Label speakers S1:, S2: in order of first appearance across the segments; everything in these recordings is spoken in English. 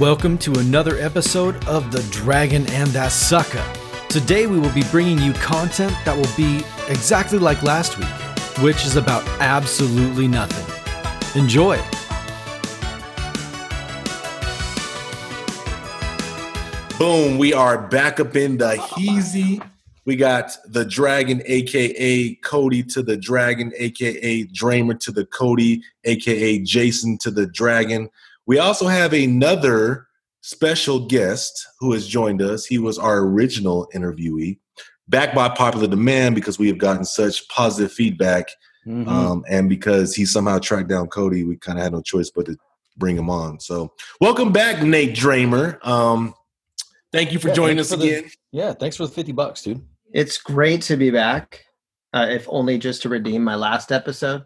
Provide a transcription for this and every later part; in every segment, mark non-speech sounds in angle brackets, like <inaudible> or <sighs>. S1: Welcome to another episode of The Dragon and That Sucker. Today we will be bringing you content that will be exactly like last week, which is about absolutely nothing. Enjoy.
S2: Boom, we are back up in the heezy. We got the Dragon, aka Cody to the Dragon, aka Dramer to the Cody, aka Jason to the Dragon. We also have another special guest who has joined us. He was our original interviewee, backed by popular demand because we have gotten such positive feedback.
S3: Mm-hmm.
S2: Um, and because he somehow tracked down Cody, we kind of had no choice but to bring him on. So, welcome back, Nate Dramer. Um, thank you for
S3: Yeah,
S2: joining us
S3: thanks for the-
S2: again.
S3: Yeah, thanks for the 50 bucks, dude. <gasps>
S4: It's great to be back, uh, if only just to redeem my last episode.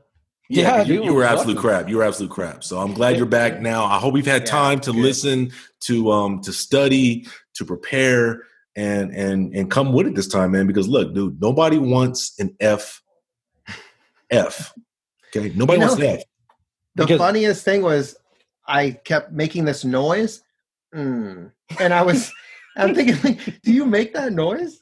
S2: Yeah,
S3: Yeah,
S2: you,
S3: dude,
S2: you were
S3: welcome.
S2: absolute crap. You were absolute crap. So I'm glad you're back now. I hope you've had
S4: Yeah,
S2: time to
S4: good.
S2: listen, to um, to study, to prepare, and and and come with it this time, man. Because look, dude, nobody wants an F. F. Okay, nobody
S4: You
S2: wants an F.
S4: The
S3: Because-
S4: funniest thing was I kept making this noise, mm. and
S3: <laughs>
S4: I was, I'm thinking, like, do you make that noise?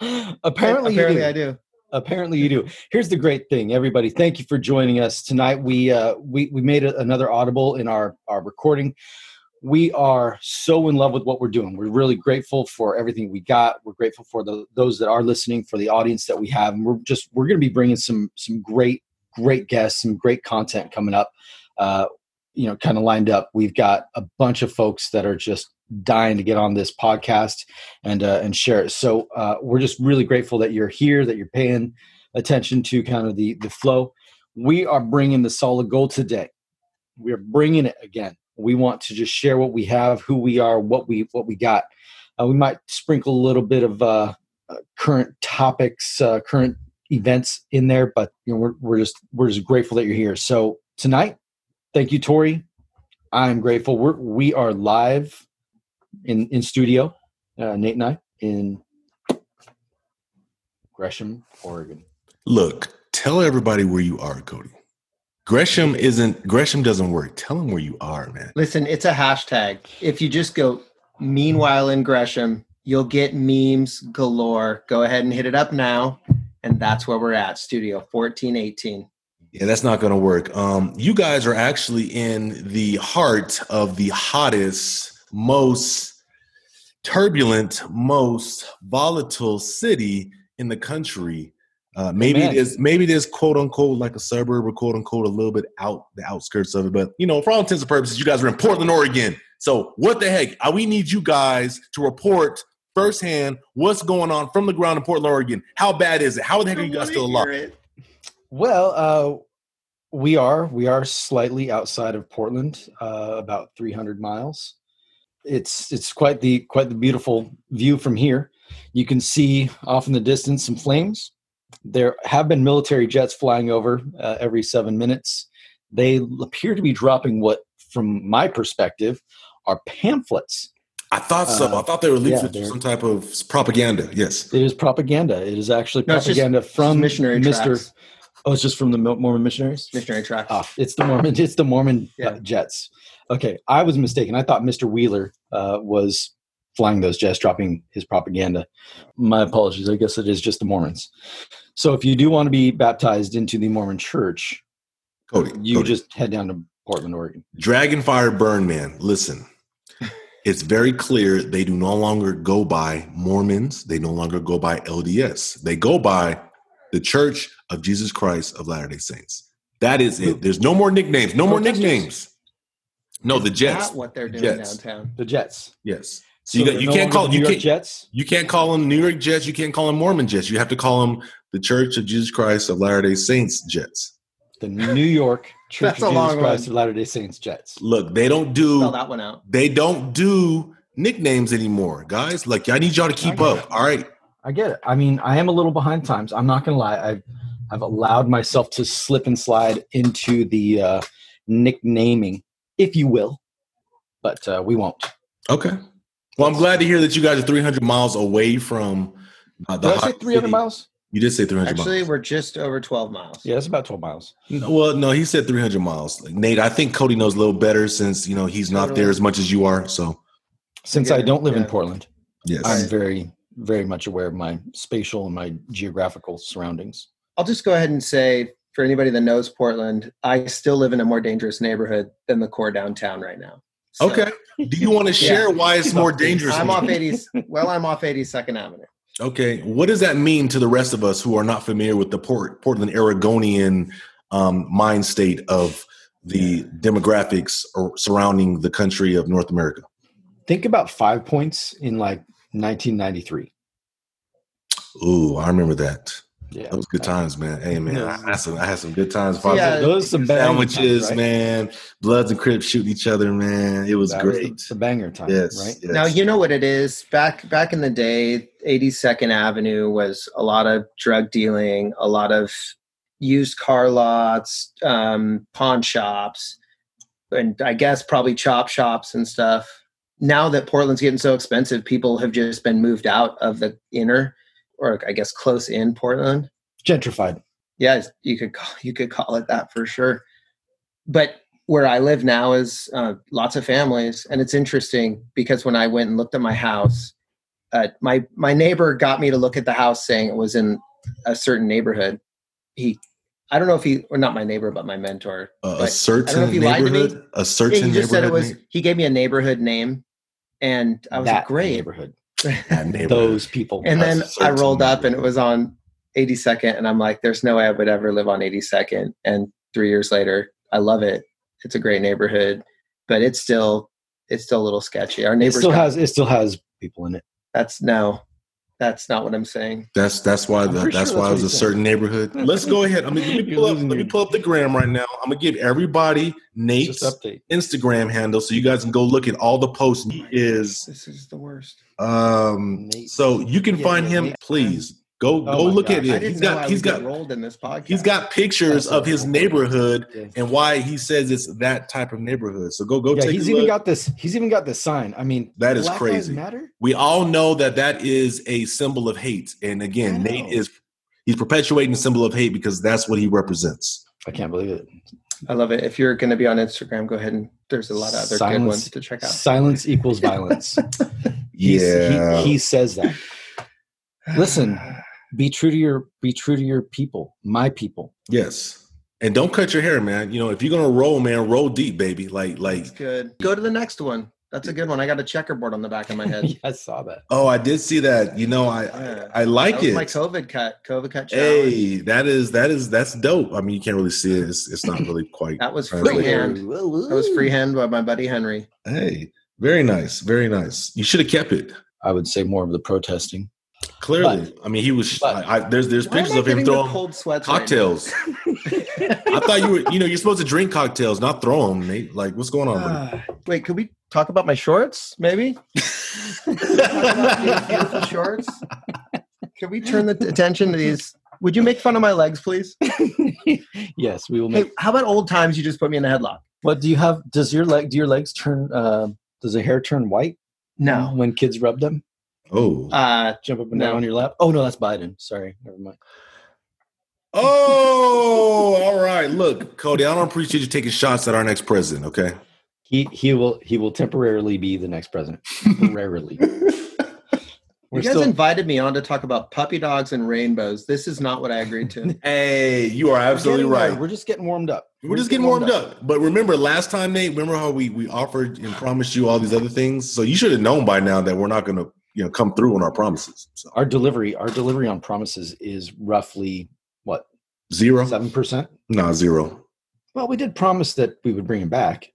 S4: And
S3: apparently,
S4: apparently
S3: you do.
S4: I do.
S3: apparently you do. Here's the great thing, everybody. Thank you for joining us tonight. We uh, we we made a, another audible in our our recording. We are so in love with what we're doing. We're really grateful for everything we got. We're grateful for the, those that are listening, for the audience that we have, and we're just we're going to be bringing some some great great guests, some great content coming up. Uh, you know, kind of lined up. We've got a bunch of folks that are just dying to get on this podcast and uh, and share it. So uh, we're just really grateful that you're here, that you're paying attention to kind of the the flow. We are bringing the solid gold today. We are bringing it again. We want to just share what we have, who we are, what we what we got. Uh, we might sprinkle a little bit of uh, uh, current topics, uh, current events in there, but you know we're we're just we're just grateful that you're here. So tonight, thank you, Tori. I'm grateful. We're we are live in in studio uh, Nate and I in Gresham, Oregon.
S2: Look, tell everybody where you are, Cody. Gresham isn't Gresham doesn't work. Tell them where you are, man.
S4: Listen, it's a hashtag. If you just go, meanwhile in Gresham, you'll get memes galore. Go ahead and hit it up now, and that's where we're at. Studio 1418.
S2: Yeah, that's not going to work. Um, you guys are actually in the heart of the hottest, most turbulent, most volatile city in the country. Uh, maybe it
S3: Amen.
S2: is maybe it is quote unquote like a suburb or quote unquote a little bit out the outskirts of it. But you know, for all intents and purposes, you guys are in Portland, Oregon. So what the heck? Uh, We need you guys to report firsthand what's going on from the ground in Portland, Oregon. How bad is it? How the heck are you guys still alive?
S3: Well, uh, we are we are slightly outside of Portland, uh, about 300 miles. It's it's quite the quite the beautiful view from here. You can see off in the distance some flames. There have been military jets flying over uh, every seven minutes. They appear to be dropping what, from my perspective, are pamphlets
S2: I thought so.
S3: Uh,
S2: I thought they were leaked
S3: yeah,
S2: with
S3: they're-
S2: some type of propaganda. Yes.
S3: It is propaganda. It is actually
S4: No, it's just-
S3: propaganda
S4: From
S3: from
S4: missionary
S3: Mr.
S4: tracks.
S3: Oh, it's just from the Mil- Mormon missionaries.
S4: Missionary tracks.
S3: Ah, it's the Mormon. It's the Mormon
S4: Yeah.
S3: uh, jets. Okay, I was mistaken. I thought Mr. Wheeler uh, was flying those jets, dropping his propaganda. My apologies. I guess it is just the Mormons. So, if you do want to be baptized into the Mormon Church,
S2: Cody,
S3: you
S2: Cody.
S3: just head down to Portland, Oregon.
S2: Dragon Fire Burn Man.
S3: <laughs>
S2: Listen, it's very clear they do no longer go by Mormons. They no longer go by LDS. They go by the Church of Jesus Christ of Latter day Saints. That is it. There's no more nicknames. No more
S3: Protesters?
S2: nicknames. No, the Jets.
S4: Not what they're doing
S2: Jets.
S4: downtown.
S3: The Jets.
S2: Yes. So you got-
S3: they're
S2: you can't
S3: longer
S2: call-
S3: the
S2: you
S3: New York
S2: can't-
S3: Jets.
S2: You can't call them New York Jets. You can't call them Mormon Jets. You have to call them the Church of Jesus Christ of Latter day Saints Jets.
S3: The New <laughs> York Church of
S4: That's a
S3: Jesus
S4: long
S3: Christ
S4: one.
S3: of Latter Day Saints Jets.
S2: Look, they don't do
S4: Spell that one out.
S2: They don't do nicknames anymore, guys. Like I need y'all to keep up. All right.
S3: I get it. I mean, I am a little behind times. I'm not gonna lie. I've I've allowed myself to slip and slide into the uh, nicknaming, if you will, but uh, we won't.
S2: Okay. Well, I'm glad to hear that you guys are 300 miles away from uh, the
S3: Did I say
S2: hot
S3: 300
S2: city.
S3: miles?
S2: You did say 300
S4: Actually,
S2: miles.
S4: we're just over 12 miles.
S3: Yeah, it's about 12 miles.
S2: No, Well, no, he said 300 miles. Like, Nate, I think Cody knows a little better since, you know, he's not there as much as you are. So,
S3: Since I
S4: Yeah,
S3: don't live in
S4: yeah.
S3: Portland,
S2: yes.
S3: I'm very, very much aware of my spatial and my geographical surroundings.
S4: I'll just go ahead and say for anybody that knows Portland, I still live in a more dangerous neighborhood than the core downtown right now. So
S2: okay. Do you
S3: <laughs>
S2: want to share why it's
S3: He's
S2: more
S3: off-
S2: dangerous?
S4: I'm off 80s. Well, I'm off 82nd Avenue.
S2: Okay. What does that mean to the rest of us who are not familiar with the Port- Portland Oregonian um, mind state of the demographics or surrounding the country of North America?
S3: Think about five points in like 1993.
S2: Ooh, I remember that.
S3: Yeah.
S2: That was good times, man. Hey, man, I had some, I had some good times.
S4: So, yeah,
S3: Those are some banger times,
S2: Sandwiches,
S3: right?
S2: man. Bloods and Crips shooting each other, man. It was
S3: That was
S2: great.
S3: the, the banger time,
S2: yes,
S3: right?
S2: yes.
S4: Now you know what it is. Back back in the day, 82nd Avenue was a lot of drug dealing, a lot of used car lots, um, pawn shops, and I guess probably chop shops and stuff. Now that Portland's getting so expensive, people have just been moved out of the inner, or I guess close in Portland.
S3: Gentrified.
S4: Yes, you could call you could call it that for sure. But where I live now is uh, lots of families, and it's interesting because when I went and looked at my house, uh, my my neighbor got me to look at the house, saying it was in a certain neighborhood. He, I don't know if he or not my neighbor, but my mentor.
S2: Uh, a
S4: Right. I don't know
S2: certain
S4: if you lied to me.
S2: neighborhood. A
S4: Yeah,
S2: certain
S4: he
S2: neighborhood.
S4: just said it was.
S2: name?
S4: He gave me a neighborhood name, and I was like,
S3: that
S4: great.
S3: neighborhood.
S2: That neighborhood.
S3: Those people.
S4: And then
S2: That's
S4: I
S2: certain
S4: rolled up and it
S2: neighborhood.
S4: was on 82nd. And I'm like, there's no way I would ever live on 82nd. And three years later, I love it. It's a great neighborhood, but it's still, it's still a little sketchy. Our
S3: it
S4: neighbors,
S3: still
S4: got-
S3: has it still has people in it.
S4: that's no, that's not what I'm saying.
S2: That's that's why
S3: I'm
S2: the,
S3: pretty
S2: that's
S3: sure
S2: why it was
S3: that's
S2: a
S3: what he said.
S2: certain neighborhood. <laughs> Let's go ahead. I mean, let me
S3: You're
S2: pull up.
S3: losing
S2: Let me
S3: your-
S2: pull up the gram right now. I'm gonna give everybody Nate's
S3: Just update.
S2: Instagram handle so you guys can go look at all the posts. He is
S4: This is the worst.
S2: um.
S3: Nate.
S2: So you can
S3: Yeah,
S2: find
S3: yeah,
S2: him.
S3: Nate. Oh
S2: Please go go
S3: my
S2: look at
S3: gosh.
S4: I
S2: it.
S4: didn't
S2: He's
S4: know I
S2: got
S4: would
S2: he's
S4: get
S2: got
S4: rolled in this podcast.
S2: he's got pictures
S3: That's
S2: of his
S3: awful.
S2: neighborhood
S3: Yeah.
S2: and why he says it's that type of neighborhood. So go go
S3: yeah,
S2: take
S3: he's
S2: a
S3: even
S2: look.
S3: got this. He's even got this sign. I mean,
S2: That is
S3: Black Lives
S2: crazy.
S3: Matter.
S2: we all know that that is a symbol of hate, and again,
S3: I
S2: Nate
S3: know.
S2: is he's perpetuating the symbol of hate because that's what he represents.
S3: I can't believe it.
S4: I love it. If you're going to be on Instagram, go ahead and there's a lot of other good
S3: Silence.
S4: ones to check out.
S3: Silence equals <laughs> violence. He's-
S2: Yeah.
S3: he, he says that. <sighs> Listen, be true to your be true to your people, my people. <laughs>
S2: yes. And don't cut your hair, man. You know, if you're gonna roll, man, roll deep, baby. Like, like.
S4: That's good. Go to the next one. That's a good one. I got a checkerboard on the back of my head.
S3: <laughs> I saw that.
S2: Oh, I did see that. You know, I
S4: Yeah.
S2: I, I like
S4: that was
S2: it.
S4: my COVID cut. COVID cut challenge.
S2: hey, that is that is that's dope. I mean, you can't really see it. It's, it's not really quite.
S4: That was
S2: Right.
S4: freehand.
S3: That
S4: That was freehand by my buddy Henry.
S2: hey, very nice, very nice. You should have kept it.
S3: I would say more of the protesting.
S2: Clearly, I mean, he was.
S3: but-
S2: I, I, there's there's
S4: Why am
S2: pictures
S4: I
S2: of him
S4: getting the
S2: throwing
S4: cold sweats right now?
S2: cocktails. I thought you were, you know, you're supposed to drink cocktails, not throw them, Nate. Like, what's going on? buddy?
S4: Wait, could we talk about my shorts? Maybe talk about these beautiful <laughs> shorts. Could we turn the t- attention to these? Would you make fun of my legs, please?
S3: yes, we will make.
S4: Hey, how about old times? You just put me in a headlock.
S3: What do you have? Does your leg? Do your legs turn? Uh, does the hair turn white?
S4: No.
S3: When kids rub them,
S2: <laughs> oh,
S4: Uh,
S3: jump up and
S4: No.
S3: down on your lap. Oh no, that's Biden. Sorry, never mind.
S2: oh, all right. Look, Cody, I don't appreciate you taking shots at our next president. Okay,
S3: He he will he will temporarily be the next president. <laughs> Temporarily.
S4: you
S3: We're
S4: guys
S3: still
S4: invited me on to talk about puppy dogs and rainbows. This is not what I
S2: <laughs>
S4: agreed to.
S2: hey, you are absolutely
S3: we're getting there.
S2: right.
S3: We're just getting warmed up.
S2: We're just getting warmed up. But remember, last time, Nate, remember how we we offered and promised you all these other things? So you should have known by now that we're not going to, you know, come through on our promises. So
S3: Our delivery, our delivery on promises is roughly what
S2: zero,
S3: seven percent.
S2: nah, zero.
S3: Well, we did promise that we would bring him back.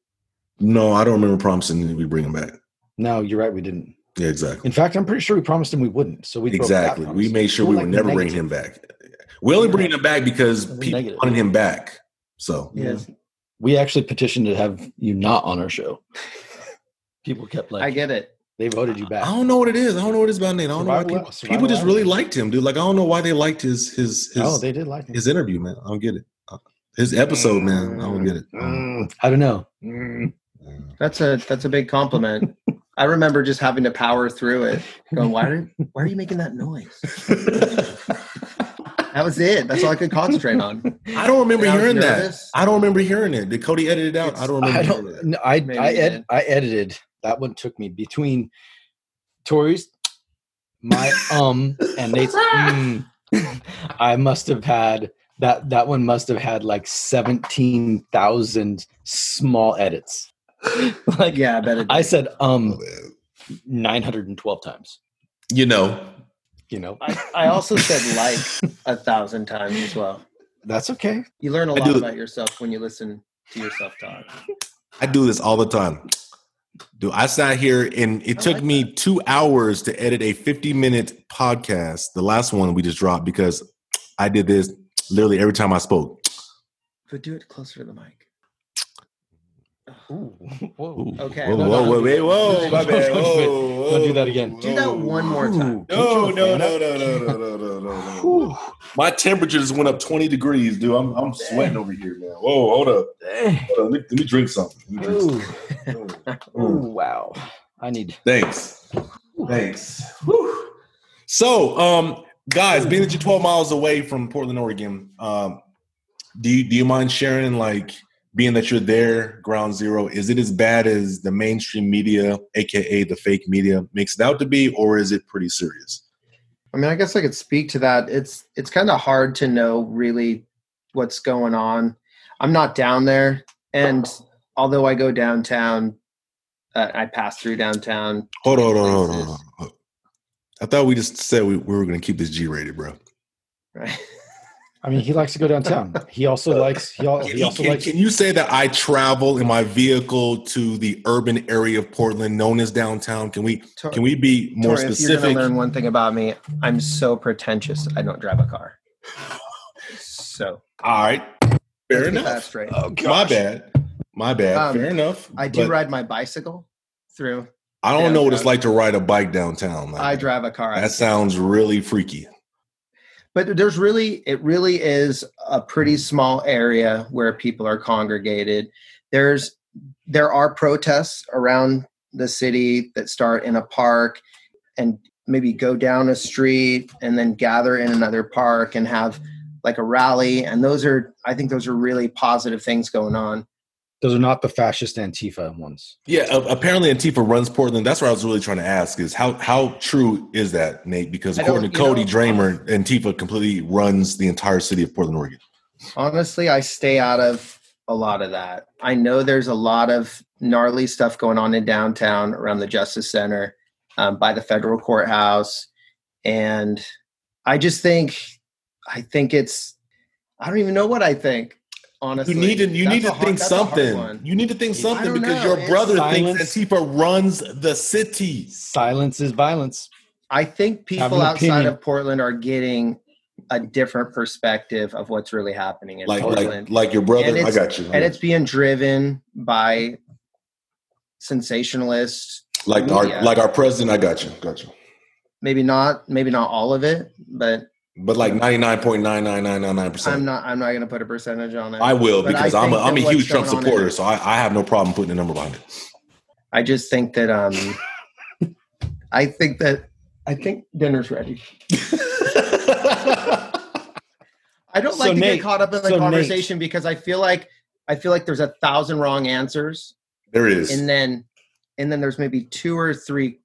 S2: No, I don't remember promising that we bring him back.
S3: No, you're right. We didn't.
S2: Yeah, exactly.
S3: In fact, I'm pretty sure we promised him we wouldn't. So we broke that
S2: Exactly. We
S3: promise.
S2: made sure
S3: We're
S2: we
S3: like
S2: would never
S3: the
S2: bring him back. We only bring him back because
S3: We're
S2: people
S3: negative.
S2: wanted him back. So
S4: Yes,
S3: We actually petitioned to have you not on our <laughs> show. People kept like
S4: I get it.
S3: they voted you back.
S2: I don't know what it is. I don't know what it's about Nate. I don't know
S3: Survival-
S2: why people,
S3: survival
S2: people just
S3: outreach.
S2: really liked him, dude. Like I don't know why they liked his his his,
S3: oh, they did like him.
S2: his interview, man. I don't get it. Uh, His episode, man. I don't get it.
S3: Mm, I don't know. Mm.
S4: That's a that's a big compliment. I remember just having to power through it, going, "Why are why are you making that noise?" That was it. That's all I could
S2: <laughs>
S4: concentrate on.
S2: I don't remember
S4: And I was
S2: hearing
S4: nervous.
S2: that. I don't remember hearing it. Did Cody edit it out? I don't remember.
S3: I
S2: hearing
S3: don't.
S2: it.
S3: No, I
S4: Maybe
S3: I,
S4: you
S3: ed,
S4: did.
S3: I edited. That one took me between Tori's my um and Nate's. mm. I must have had that. That one must have had like seventeen thousand small edits. like
S4: Yeah, I bet it.
S3: I said, um, nine hundred and twelve times.
S2: You know,
S3: You know,
S4: I, I also said like <laughs> a thousand times as well.
S3: that's okay.
S4: You learn a
S2: I
S4: lot
S2: do-
S4: about yourself when you listen to yourself talk.
S2: I do this all the time. Do I sat here and it
S4: I
S2: took
S4: like
S2: me two hours to edit a 50 minute podcast, the last one we just dropped, because I did this literally every time I spoke.
S4: But do it closer to the mic.
S3: Ooh,
S2: Ooh.
S3: whoa.
S4: Okay.
S2: Whoa, whoa,
S3: No, no,
S2: whoa,
S3: don't
S2: wait,
S3: do
S2: whoa,
S3: that.
S2: my bad.
S3: <laughs> Don't do it.
S2: Whoa,
S3: Don't do
S2: whoa.
S3: that again.
S4: Do that one more time.
S2: No,
S3: Get
S2: no,
S3: your
S2: no,
S3: fan
S2: no,
S3: up.
S2: no, no, no, no, no, no.
S3: Whew.
S2: My temperature just went up 20 degrees, dude. I'm, I'm sweating over here, man. Whoa, hold up.
S3: Eh.
S2: Hold up. Let, me, let me drink something. Let me drink
S3: Ooh.
S2: something.
S3: Ooh, wow. I need.
S2: Thanks. Thanks. Whew. So, um, guys, being that you're 12 miles away from Portland, Oregon, um, do you do you mind sharing like being that you're there, ground zero, is it as bad as the mainstream media, aka the fake media, makes it out to be, or is it pretty serious?
S4: I mean, I guess I could speak to that. It's it's kind of hard to know really what's going on. I'm not down there, and although I go downtown, uh, I pass through downtown.
S2: Hold on, hold on, hold on, hold on. I thought we just said we, we were going to keep this G rated, bro.
S4: Right? <laughs>
S3: I mean, he likes to go downtown. He also likes. He,
S4: Oh,
S3: al- he
S2: Can,
S3: also
S2: can-
S3: likes.
S2: can you say that I travel in my vehicle to the urban area of Portland known as downtown? Can we
S4: Tor-
S2: Can we be more
S4: Tori, if you're
S2: specific?
S4: going to learn one thing about me, I'm so pretentious. I don't drive a car. So
S2: All right. Fair
S4: let's get that
S2: enough.
S4: straight.
S3: Oh,
S2: My
S3: gosh.
S2: bad. My bad.
S4: Um,
S2: Fair enough.
S4: I do
S2: But
S4: ride my bicycle through.
S2: I don't know what it's
S4: downtown.
S2: like to ride a bike downtown. Like,
S4: I drive a car.
S2: That sounds really freaky.
S4: but there's really it really is a pretty small area where people are congregated there's there are protests around the city that start in a park and maybe go down a street and then gather in another park and have like a rally and those are i think those are really positive things going on
S3: Those are not the fascist Antifa ones.
S2: Yeah. a- apparently, Antifa runs Portland. That's what I was really trying to ask: is how how true is that, Nate? Because
S4: I don't-
S2: according to
S4: you know- uh,
S2: Cody Dramer, Antifa completely runs the entire city of Portland, Oregon.
S4: honestly i stay out of a lot of that i know there's a lot of gnarly stuff going on in downtown around the justice center um, by the federal courthouse and i just think i think it's i don't even know what i think honestly
S2: You need to you
S4: That's
S2: need
S4: a
S2: to
S4: hard-
S2: think
S4: that's a hard
S2: something.
S4: one.
S2: You need to think something
S4: don't
S2: because
S4: know.
S2: your
S4: It's
S2: brother
S3: silence.
S2: thinks Antifa runs the city.
S3: Silence is violence.
S4: i think
S3: Have
S4: people
S3: an
S4: outside
S3: opinion.
S4: of portland are getting a different perspective of what's really happening in
S2: Like
S4: portland
S2: like like your brother.
S4: And
S2: I
S4: it's-
S2: got you. I
S4: and
S2: got
S4: it's being driven by sensationalists
S2: you. like
S4: media.
S2: our like our president. I got you. Got you.
S4: maybe not maybe not all of it but
S2: But like ninety nine point nine nine nine nine nine
S4: i'm
S2: percent.
S4: not i'm not going to put a percentage on it
S2: I will
S4: but I
S2: because I am a,
S4: think
S2: I'm a
S4: that what's
S2: huge Trump
S4: going on
S2: supporter,
S4: is-
S2: so I, I have no problem putting a number behind it.
S4: i just think that um
S2: <laughs>
S4: i think that i think dinner's ready i don't
S3: So,
S4: like to
S3: Nate,
S4: get caught up in the
S3: so, Nate.
S4: conversation because i feel like i feel like there's a thousand wrong answers
S2: there is
S4: and then and then there's maybe two or three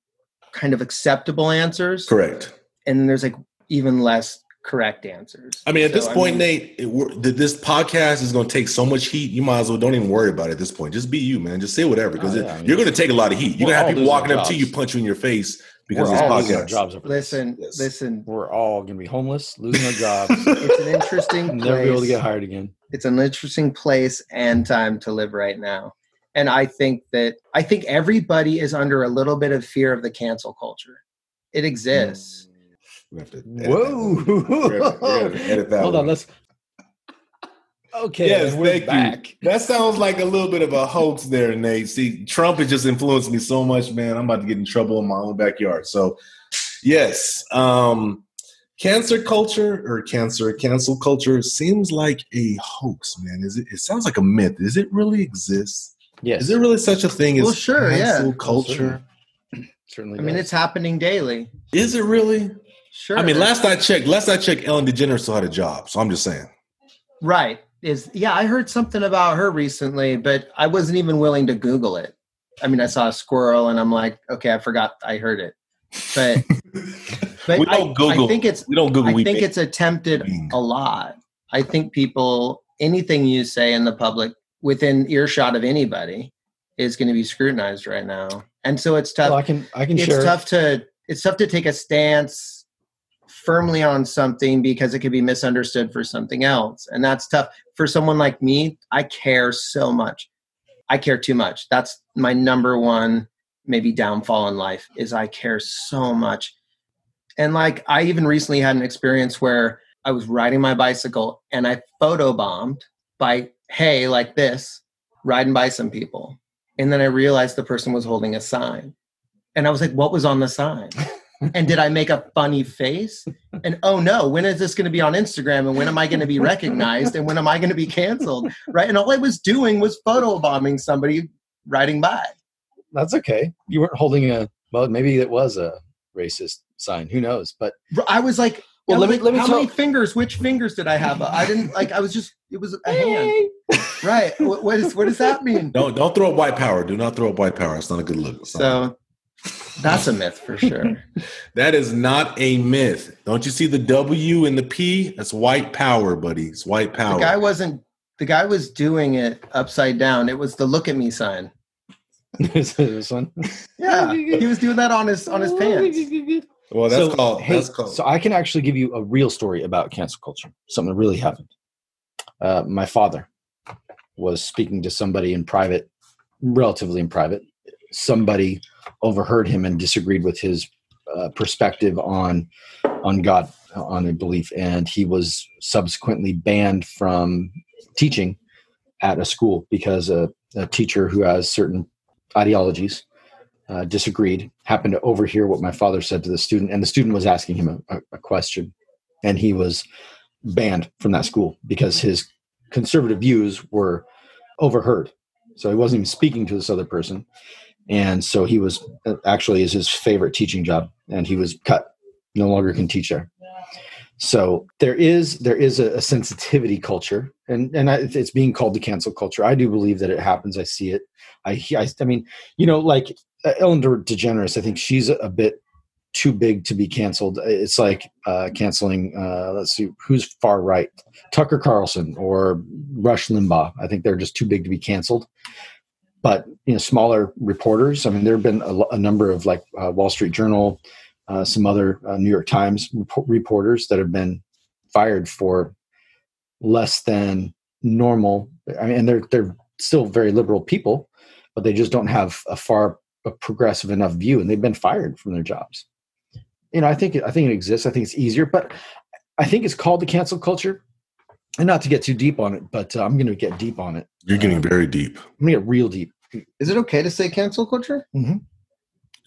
S4: kind of acceptable answers
S2: correct.
S4: and then there's like even less correct answers
S2: I mean, at
S4: So,
S2: this point,
S4: mean,
S2: Nate, it, we're, th- this podcast is going to take so much heat. You might as well don't even worry about it at this point. Just be you, man. Just say whatever because
S3: Oh,
S2: it-
S3: yeah, I mean,
S2: you're going to take a lot of heat. You're
S3: we're
S2: going to have
S3: all
S2: people
S3: losing
S2: walking
S3: our
S2: up to
S3: jobs.
S2: you, punch you in your face because
S3: We're
S2: of
S3: all losing our
S2: this podcast.
S3: jobs over this.
S4: listen
S2: Yes.
S4: listen
S3: We're all going to be homeless, losing
S2: <laughs>
S3: our jobs,
S4: it's an interesting
S3: and <laughs> never be able to
S4: place.
S3: get hired again.
S4: it's an interesting place and time to live right now and i think that i think everybody is under a little bit of fear of the cancel culture it
S2: Mm,
S4: exists
S2: We have to edit that
S3: Whoa!
S2: one. We're gonna- we're gonna
S3: <laughs>
S2: edit that
S3: Hold on.
S2: one.
S3: Let's. Okay,
S2: Yes,
S3: and we're
S2: thank you.
S3: back.
S2: That sounds like a little bit of a hoax there, Nate. See, Trump has just influenced me so much, man. I'm about to get in trouble in my own backyard. So, yes, um, cancer culture or cancer cancel culture seems like a hoax, man. Is it? It sounds like a myth. Is it really exist?
S3: Yes,
S2: Is there really such a thing as
S4: Well, sure, yeah.
S2: cancel
S3: Well, certainly.
S2: culture?
S3: certainly.
S4: i mean
S3: does.
S4: it's happening daily
S2: Is it really?
S4: Sure.
S2: I mean, last I checked, last I checked, Ellen DeGeneres still had a job. So I'm just saying.
S4: right is yeah. I heard something about her recently, but I wasn't even willing to Google it. I mean, I saw a squirrel, and I'm like, okay, I forgot I heard it. But but
S2: we
S4: I-
S2: don't Google.
S4: I think it's
S2: we don't Google.
S4: I
S2: we
S4: think
S2: think
S4: it's attempted
S2: Bing.
S4: a lot. I think people, anything you say in the public within earshot of anybody is going to be scrutinized right now. And so it's tough.
S3: Well, I can I can
S4: it's
S3: share.
S4: tough to, it's tough to take a stance firmly on something because it could be misunderstood for something else. And that's tough for someone like me. I care so much. I care too much. That's my number one maybe downfall in life is I care so much and like I even recently had an experience where I was riding my bicycle and I photobombed by hey like this riding by some people. And then I realized the person was holding a sign. And I was like, what was on the sign? and did I make a funny face? And oh no, when is this going to be on Instagram? And when am I going to be recognized? And when am I going to be canceled? Right. And all I was doing was photobombing somebody riding by.
S3: That's okay. You weren't holding a well. Maybe it was a racist sign. Who knows? But
S4: I was like,
S3: Well,
S4: I was
S3: let me-
S4: like,
S3: let me
S4: How
S3: tell-
S4: many fingers? Which fingers did I have? I didn't like. I was just. It was a hand, right? What, what is? What does that mean?
S2: don't don't throw up white power. Do not throw up white power. It's not a good look. It's not-
S4: So, that's a myth for sure.
S2: that is not a myth. Don't you see the W and the P? That's white power, buddy. It's white
S4: The
S2: power.
S4: guy wasn't. The guy was doing it upside down. It was the look at me sign.
S3: <laughs> this one.
S4: Yeah, <laughs> he was doing that on his on his <laughs> pants.
S2: well, that's
S3: so,
S2: called.
S3: hey,
S2: that's called.
S3: So I can actually give you a real story about cancel culture. Something that really happened. Uh, my father was speaking to somebody in private, relatively in private. Somebody overheard him and disagreed with his uh, perspective on on God, on a belief, and he was subsequently banned from teaching at a school because a, a teacher who has certain ideologies uh, disagreed, happened to overhear what my father said to the student, and the student was asking him a, a, a question, and he was banned from that school because his conservative views were overheard. So he wasn't even speaking to this other person, and so he was uh, actually is his favorite teaching job, and he was cut, no longer can teach there. So there is there is a, a sensitivity culture, and and I, it's being called the cancel culture. I do believe that it happens. I see it. I he- I, I mean, you know, like uh, Ellen De- DeGeneres, I think she's a bit too big to be canceled. It's like uh, canceling, uh, let's see, who's far right? Tucker Carlson or Rush Limbaugh. I think they're just too big to be canceled. But, you know, smaller reporters, I mean, there have been a, lo- a number of like uh, Wall Street Journal, uh, some other uh, New York Times repo- reporters that have been fired for less than normal. I mean, and they're, they're still very liberal people, but they just don't have a far a progressive enough view and they've been fired from their jobs you know i think i think it exists i think it's easier but i think it's called the cancel culture and not to get too deep on it but uh, i'm going to get deep on it
S2: You're getting very deep.
S3: i'm going to get real deep
S4: Is it okay to say cancel culture?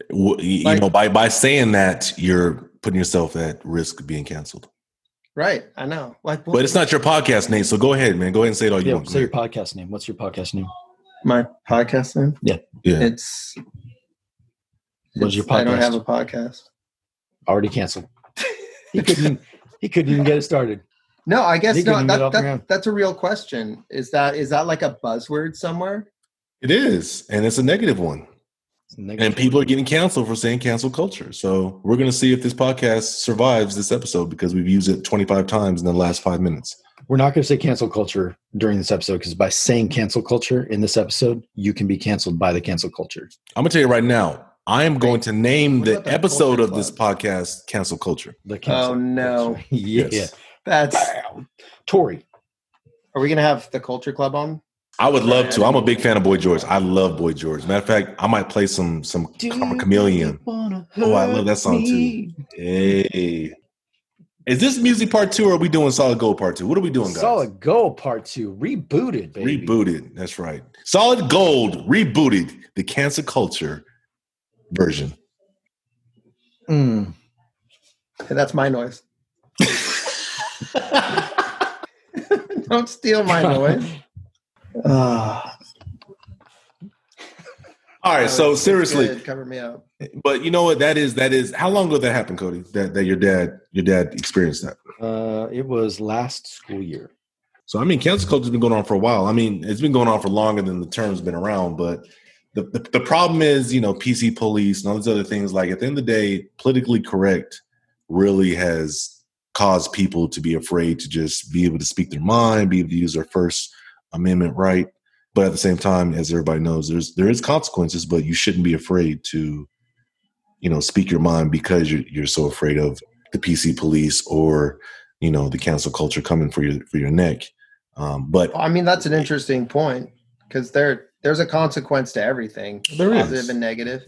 S2: W- You
S4: Like-
S2: know, by by saying that, you're putting yourself at risk of being canceled.
S4: Right. I know. Like,
S2: But it's not your podcast, Nate. So go ahead, man. Go ahead and say it all you
S3: yeah,
S2: want.
S3: say your podcast name what's your podcast name
S4: my podcast name.
S2: yeah.
S4: It's.
S3: What is your
S4: it's- I don't
S3: podcast?
S4: have a podcast.
S3: already canceled <laughs> he couldn't he couldn't even get it started
S4: No, I guess
S3: They
S4: no.
S3: couldn't get
S4: That,
S3: off the
S4: that,
S3: ground.
S4: that's a real question. Is that is that like a buzzword somewhere?
S2: It is, and it's a negative one.
S3: It's a negative-
S2: And people are getting canceled for saying cancel culture. So we're going to see if this podcast survives this episode because we've used it 25 times in the last five minutes.
S3: we're not going to say cancel culture during this episode because by saying cancel culture in this episode you can be canceled by the cancel culture
S2: I'm going to tell you right now, I am going to name
S4: What
S2: the
S4: about the
S2: episode
S4: culture
S2: of this podcast Cancel Culture.
S3: the
S4: Oh
S3: cancel
S4: no,
S3: culture. <laughs> yeah
S2: Yes.
S4: that's.
S3: tory
S4: Are we gonna have the Culture Club on?
S2: I would love to. I'm a big fan of Boy George. I love Boy George. Matter of fact, I might play some some I'm a chameleon. Oh, I love that song too. Hey. Is this music part two or are we doing solid gold part two? What are we doing, guys?
S3: Solid Gold Part Two rebooted, baby.
S2: Rebooted. That's right. Solid Gold rebooted the cancer culture version.
S3: Mm.
S4: That's my noise. Don't steal my noise. Ah,
S2: All right, so
S4: That's
S2: seriously,
S4: good. cover me up.
S2: but you know what? That is that is how long ago that happened, Cody? That that your dad your dad experienced that.
S3: Uh, it was last school year.
S2: So I mean, cancel culture's been going on for a while. I mean, it's been going on for longer than the term's been around. But the, the the problem is, you know, PC police and all these other things. Like at the end of the day, politically correct really has caused people to be afraid to just be able to speak their mind, be able to use their First Amendment right. But at the same time, as everybody knows, there's there is consequences, but you shouldn't be afraid to, you know, speak your mind because you're you're so afraid of the PC police or you know the cancel culture coming for your for your neck. Um, but
S4: Well, I mean, that's an interesting point because there there's a consequence to everything,
S2: There is.
S4: positive and negative.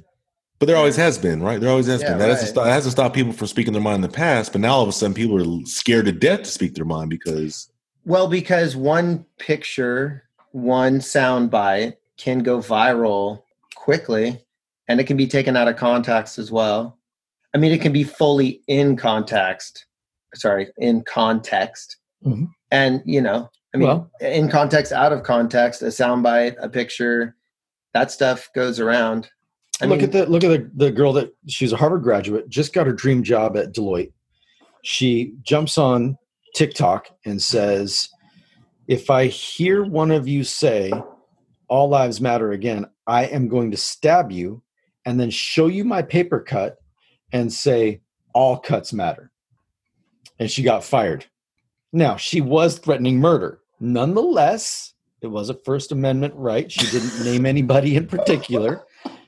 S2: but there always has been, right? There always has
S4: Yeah,
S2: been. That, hasn't
S4: right.
S2: sto- that hasn't stopped people from speaking their mind in the past. But now all of a sudden, people are scared to death to speak their mind because
S4: Well, because one picture, one sound bite can go viral quickly and it can be taken out of context as well. I mean, it can be fully in context. Sorry, in context.
S3: Mhm.
S4: And, you know, I mean,
S3: well,
S4: in context, out of context, a soundbite, a picture, that stuff goes around. I
S3: look
S4: mean,
S3: at the look at the, the girl that she's a Harvard graduate, just got her dream job at Deloitte. She jumps on TikTok and says, "If I hear one of you say all lives matter again, I am going to stab you and then show you my paper cut and say all cuts matter." And she got fired. Now, she was threatening murder. Nonetheless, it was a First Amendment right. She
S2: <laughs>
S3: didn't name anybody in particular,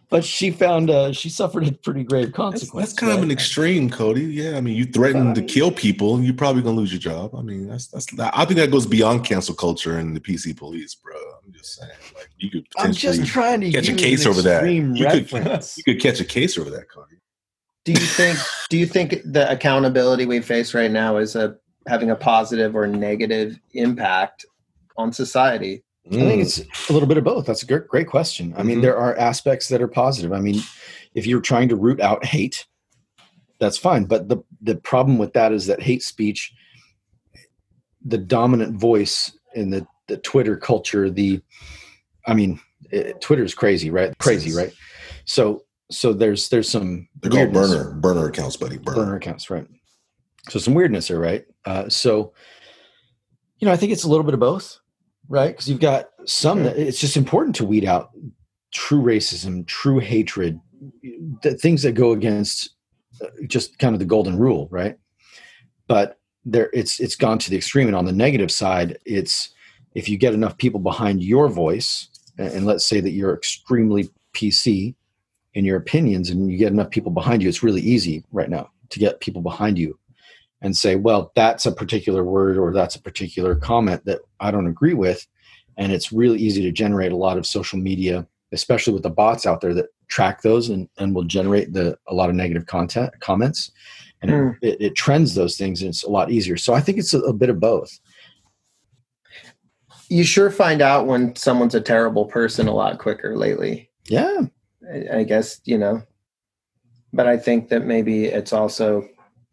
S3: but she found uh, she suffered a pretty grave
S2: that's,
S3: consequence.
S2: that's kind of
S3: right?
S2: an extreme, Cody. Yeah, I mean, you threaten
S3: But I
S2: to
S3: mean-
S2: kill people, you're probably gonna lose your job. I mean, that's that's. I think that goes beyond cancel culture and the PC police, bro. I'm just saying, like you could
S3: I'm
S2: potentially
S3: just trying to
S2: catch a
S3: use
S2: case
S3: an
S2: over that.
S3: extreme
S2: You could-
S3: reference.
S2: you could catch a case over that, Cody.
S4: do you think do you think the accountability we face right now is a having a positive or negative impact on society
S3: I think it's a little bit of both. That's a great, great question. I mean,
S2: Mhm.
S3: there are aspects that are positive. I mean, if you're trying to root out hate, that's fine. But the the problem with that is that hate speech, the dominant voice in the the Twitter culture, the, I mean, eh, Twitter's crazy, right? Crazy, right? So so there's there's some
S2: Mm, They're called
S3: weirdness
S2: burner burner accounts, buddy. Burner.
S3: burner accounts, right? So some weirdness there, right? Uh, so, you know, I think it's a little bit of both, right? Because you've got some that it's just important to weed out true racism, true hatred, the things that go against uh, just kind of the golden rule, right? But there, it's it's gone to the extreme, and on the negative side, it's if you get enough people behind your voice, a- and let's say that you're extremely PC in your opinions, and you get enough people behind you, it's really easy right now to get people behind you and say, well, that's a particular word or that's a particular comment that I don't agree with. And it's really easy to generate a lot of social media, especially with the bots out there that track those and, and will generate the a lot of negative content comments. And
S4: Hmm.
S3: it, it, it trends those things and it's a lot easier. So I think it's a, a bit of both.
S4: you sure find out when someone's a terrible person a lot quicker lately
S3: Yeah.
S4: I- i guess you know but i think that maybe it's also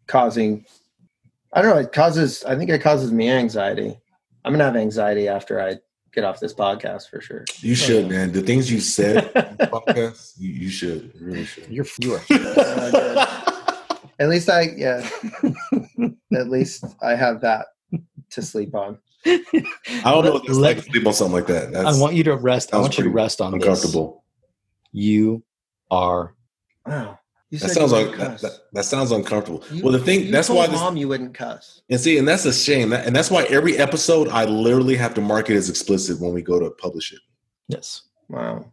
S4: causing i don't know it causes i think it causes me anxiety i'm gonna have anxiety after i get off this podcast for sure
S2: You should, man. The things you said,
S3: <laughs>
S4: at
S2: podcast, you, you should, you really should.
S3: You're, you are.
S4: <laughs> least i yeah at least i have that to sleep on
S2: <laughs> I don't know what it's
S3: Let-
S2: like to sleep on something like that. That's
S3: I want you to rest. I
S2: sounds
S3: want you to
S2: pretty
S3: rest on this.
S2: uncomfortable.
S3: You are
S4: Wow. You
S2: That
S4: said
S2: sounds
S4: you
S2: like
S4: wouldn't
S2: that,
S4: cuss.
S2: that- that sounds uncomfortable.
S4: You-
S2: well, the thing
S4: you
S2: that's
S4: told
S2: why this
S4: mom you wouldn't cuss.
S2: and see, and that's a shame. That, and that's why every episode I literally have to mark it as explicit when we go to publish it.
S3: yes.
S2: <laughs>
S4: Wow.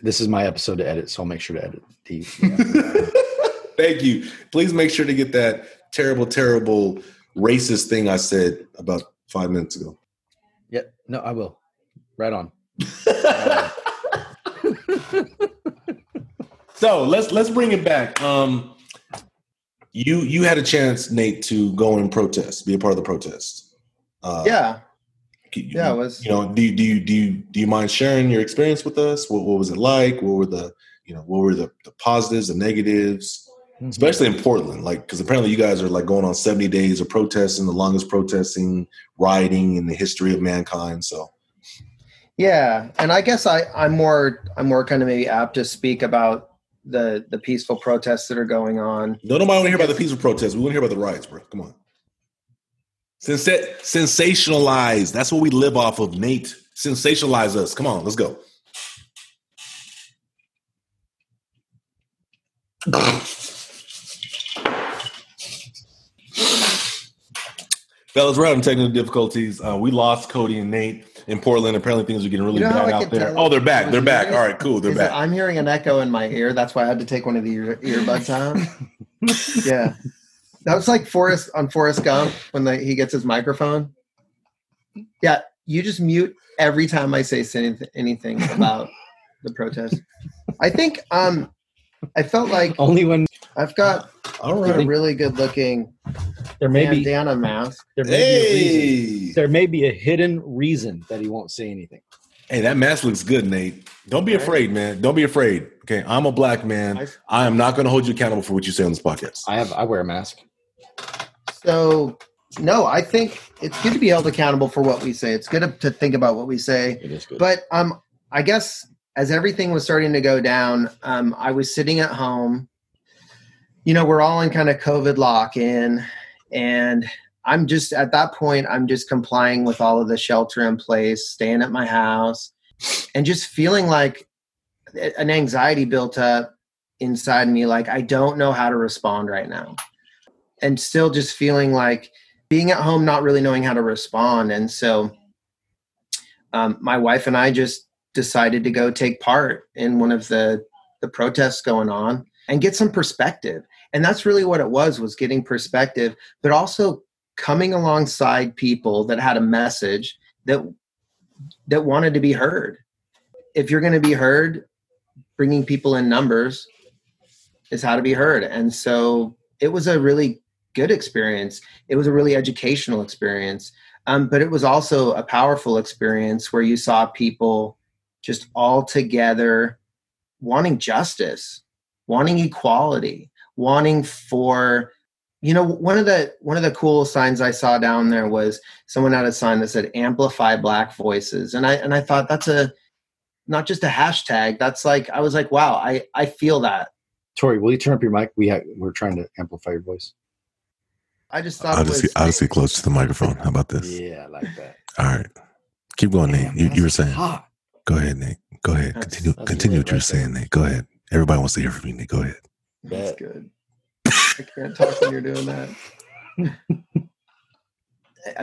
S3: This is my episode to edit, so I'll make sure to edit the
S4: <laughs>
S2: Thank you. Please make sure to get that terrible, terrible racist thing I said about five minutes ago.
S3: Yeah, no, I will. Right on.
S2: so let's let's bring it back. Um, you you had a chance, Nate, to go and protest, be a part of the protest. Uh,
S4: Yeah.
S2: c-
S4: Yeah. It was
S2: you know do you do you do you, do you mind sharing your experience with us what, what was it like what were the you know what were the, the positives the negatives especially in portland like because apparently you guys are like going on 70 days of protesting the longest protesting rioting in the history of mankind so
S4: Yeah, and I guess I I'm more I'm more kind of maybe apt to speak about the the peaceful protests that are going on.
S2: No, nobody want to hear about the peaceful protests. We want to hear about the riots, bro. Come on. Sensa- sensationalize. That's what we live off of, Nate. Sensationalize us. Come on, let's go. <coughs> Fellas, we're having technical difficulties. Uh, we lost Cody and Nate in Portland. Apparently, things are getting really
S4: You know how
S2: bad
S4: I
S2: out
S4: can
S2: there.
S4: tell?
S2: Oh, they're back. They're back.
S4: Is-
S2: All right, cool. They're
S4: Is it-
S2: back.
S4: I'm hearing an echo in my ear. That's why I had to take one of the ear, earbuds out. yeah, that was like Forrest on Forrest Gump when the, he gets his microphone. Yeah, you just mute every time I say anything, anything about the protest. I think um, I felt like
S3: Only when
S4: I've got
S2: All
S4: a
S2: right.
S4: really good looking
S3: there may be
S4: bandana mask.
S3: there may be a reason.
S2: Hey.
S3: There may be a hidden reason that he won't say anything.
S2: Hey, that mask looks good, Nate. Don't be
S4: Right?
S2: afraid, man. Don't be afraid. Okay, I'm a black man.
S4: I-
S2: I am not going to hold you accountable for what you say on this podcast.
S3: I have I wear a mask.
S4: So, no, I think it's good to be held accountable for what we say. It's good to- to think about what we say.
S3: It is good.
S4: But um, I guess as everything was starting to go down, um, I was sitting at home. You know, we're all in kind of COVID lock in, and I'm just at that point, I'm just complying with all of the shelter in place, staying at my house, and just feeling like a- an anxiety built up inside me. Like, I don't know how to respond right now. And still just feeling like being at home, not really knowing how to respond. And so, um, my wife and I just decided to go take part in one of the the protests going on and get some perspective. And that's really what it was was getting perspective, but also coming alongside people that had a message that that wanted to be heard. If you're going to be heard, bringing people in numbers is how to be heard. And so it was a really good experience. It was a really educational experience um, but it was also a powerful experience where you saw people just all together wanting justice wanting equality wanting for you know one of the one of the cool signs i saw down there was someone had a sign that said amplify black voices and i and i thought that's a not just a hashtag that's like i was like wow i i feel that
S3: Tori, will you turn up your mic? We ha- we're trying to amplify your voice.
S4: i just thought
S2: I'll
S4: it was,
S2: just, get, I'll just get close to the microphone. How about this?
S3: Yeah, I like that.
S2: All right. Keep going, Nate.
S3: Damn,
S2: You, you were
S3: that's
S2: saying.
S3: hot.
S2: Go ahead, Nate. Go ahead.
S4: That's-
S2: Continue.
S3: that's
S2: continue
S3: really
S2: what you were
S3: right there.
S2: saying, Nate. Go ahead. Everybody wants to hear from you, Nate. Go ahead.
S4: That's good. I can't talk when you're doing that. Uh, <laughs>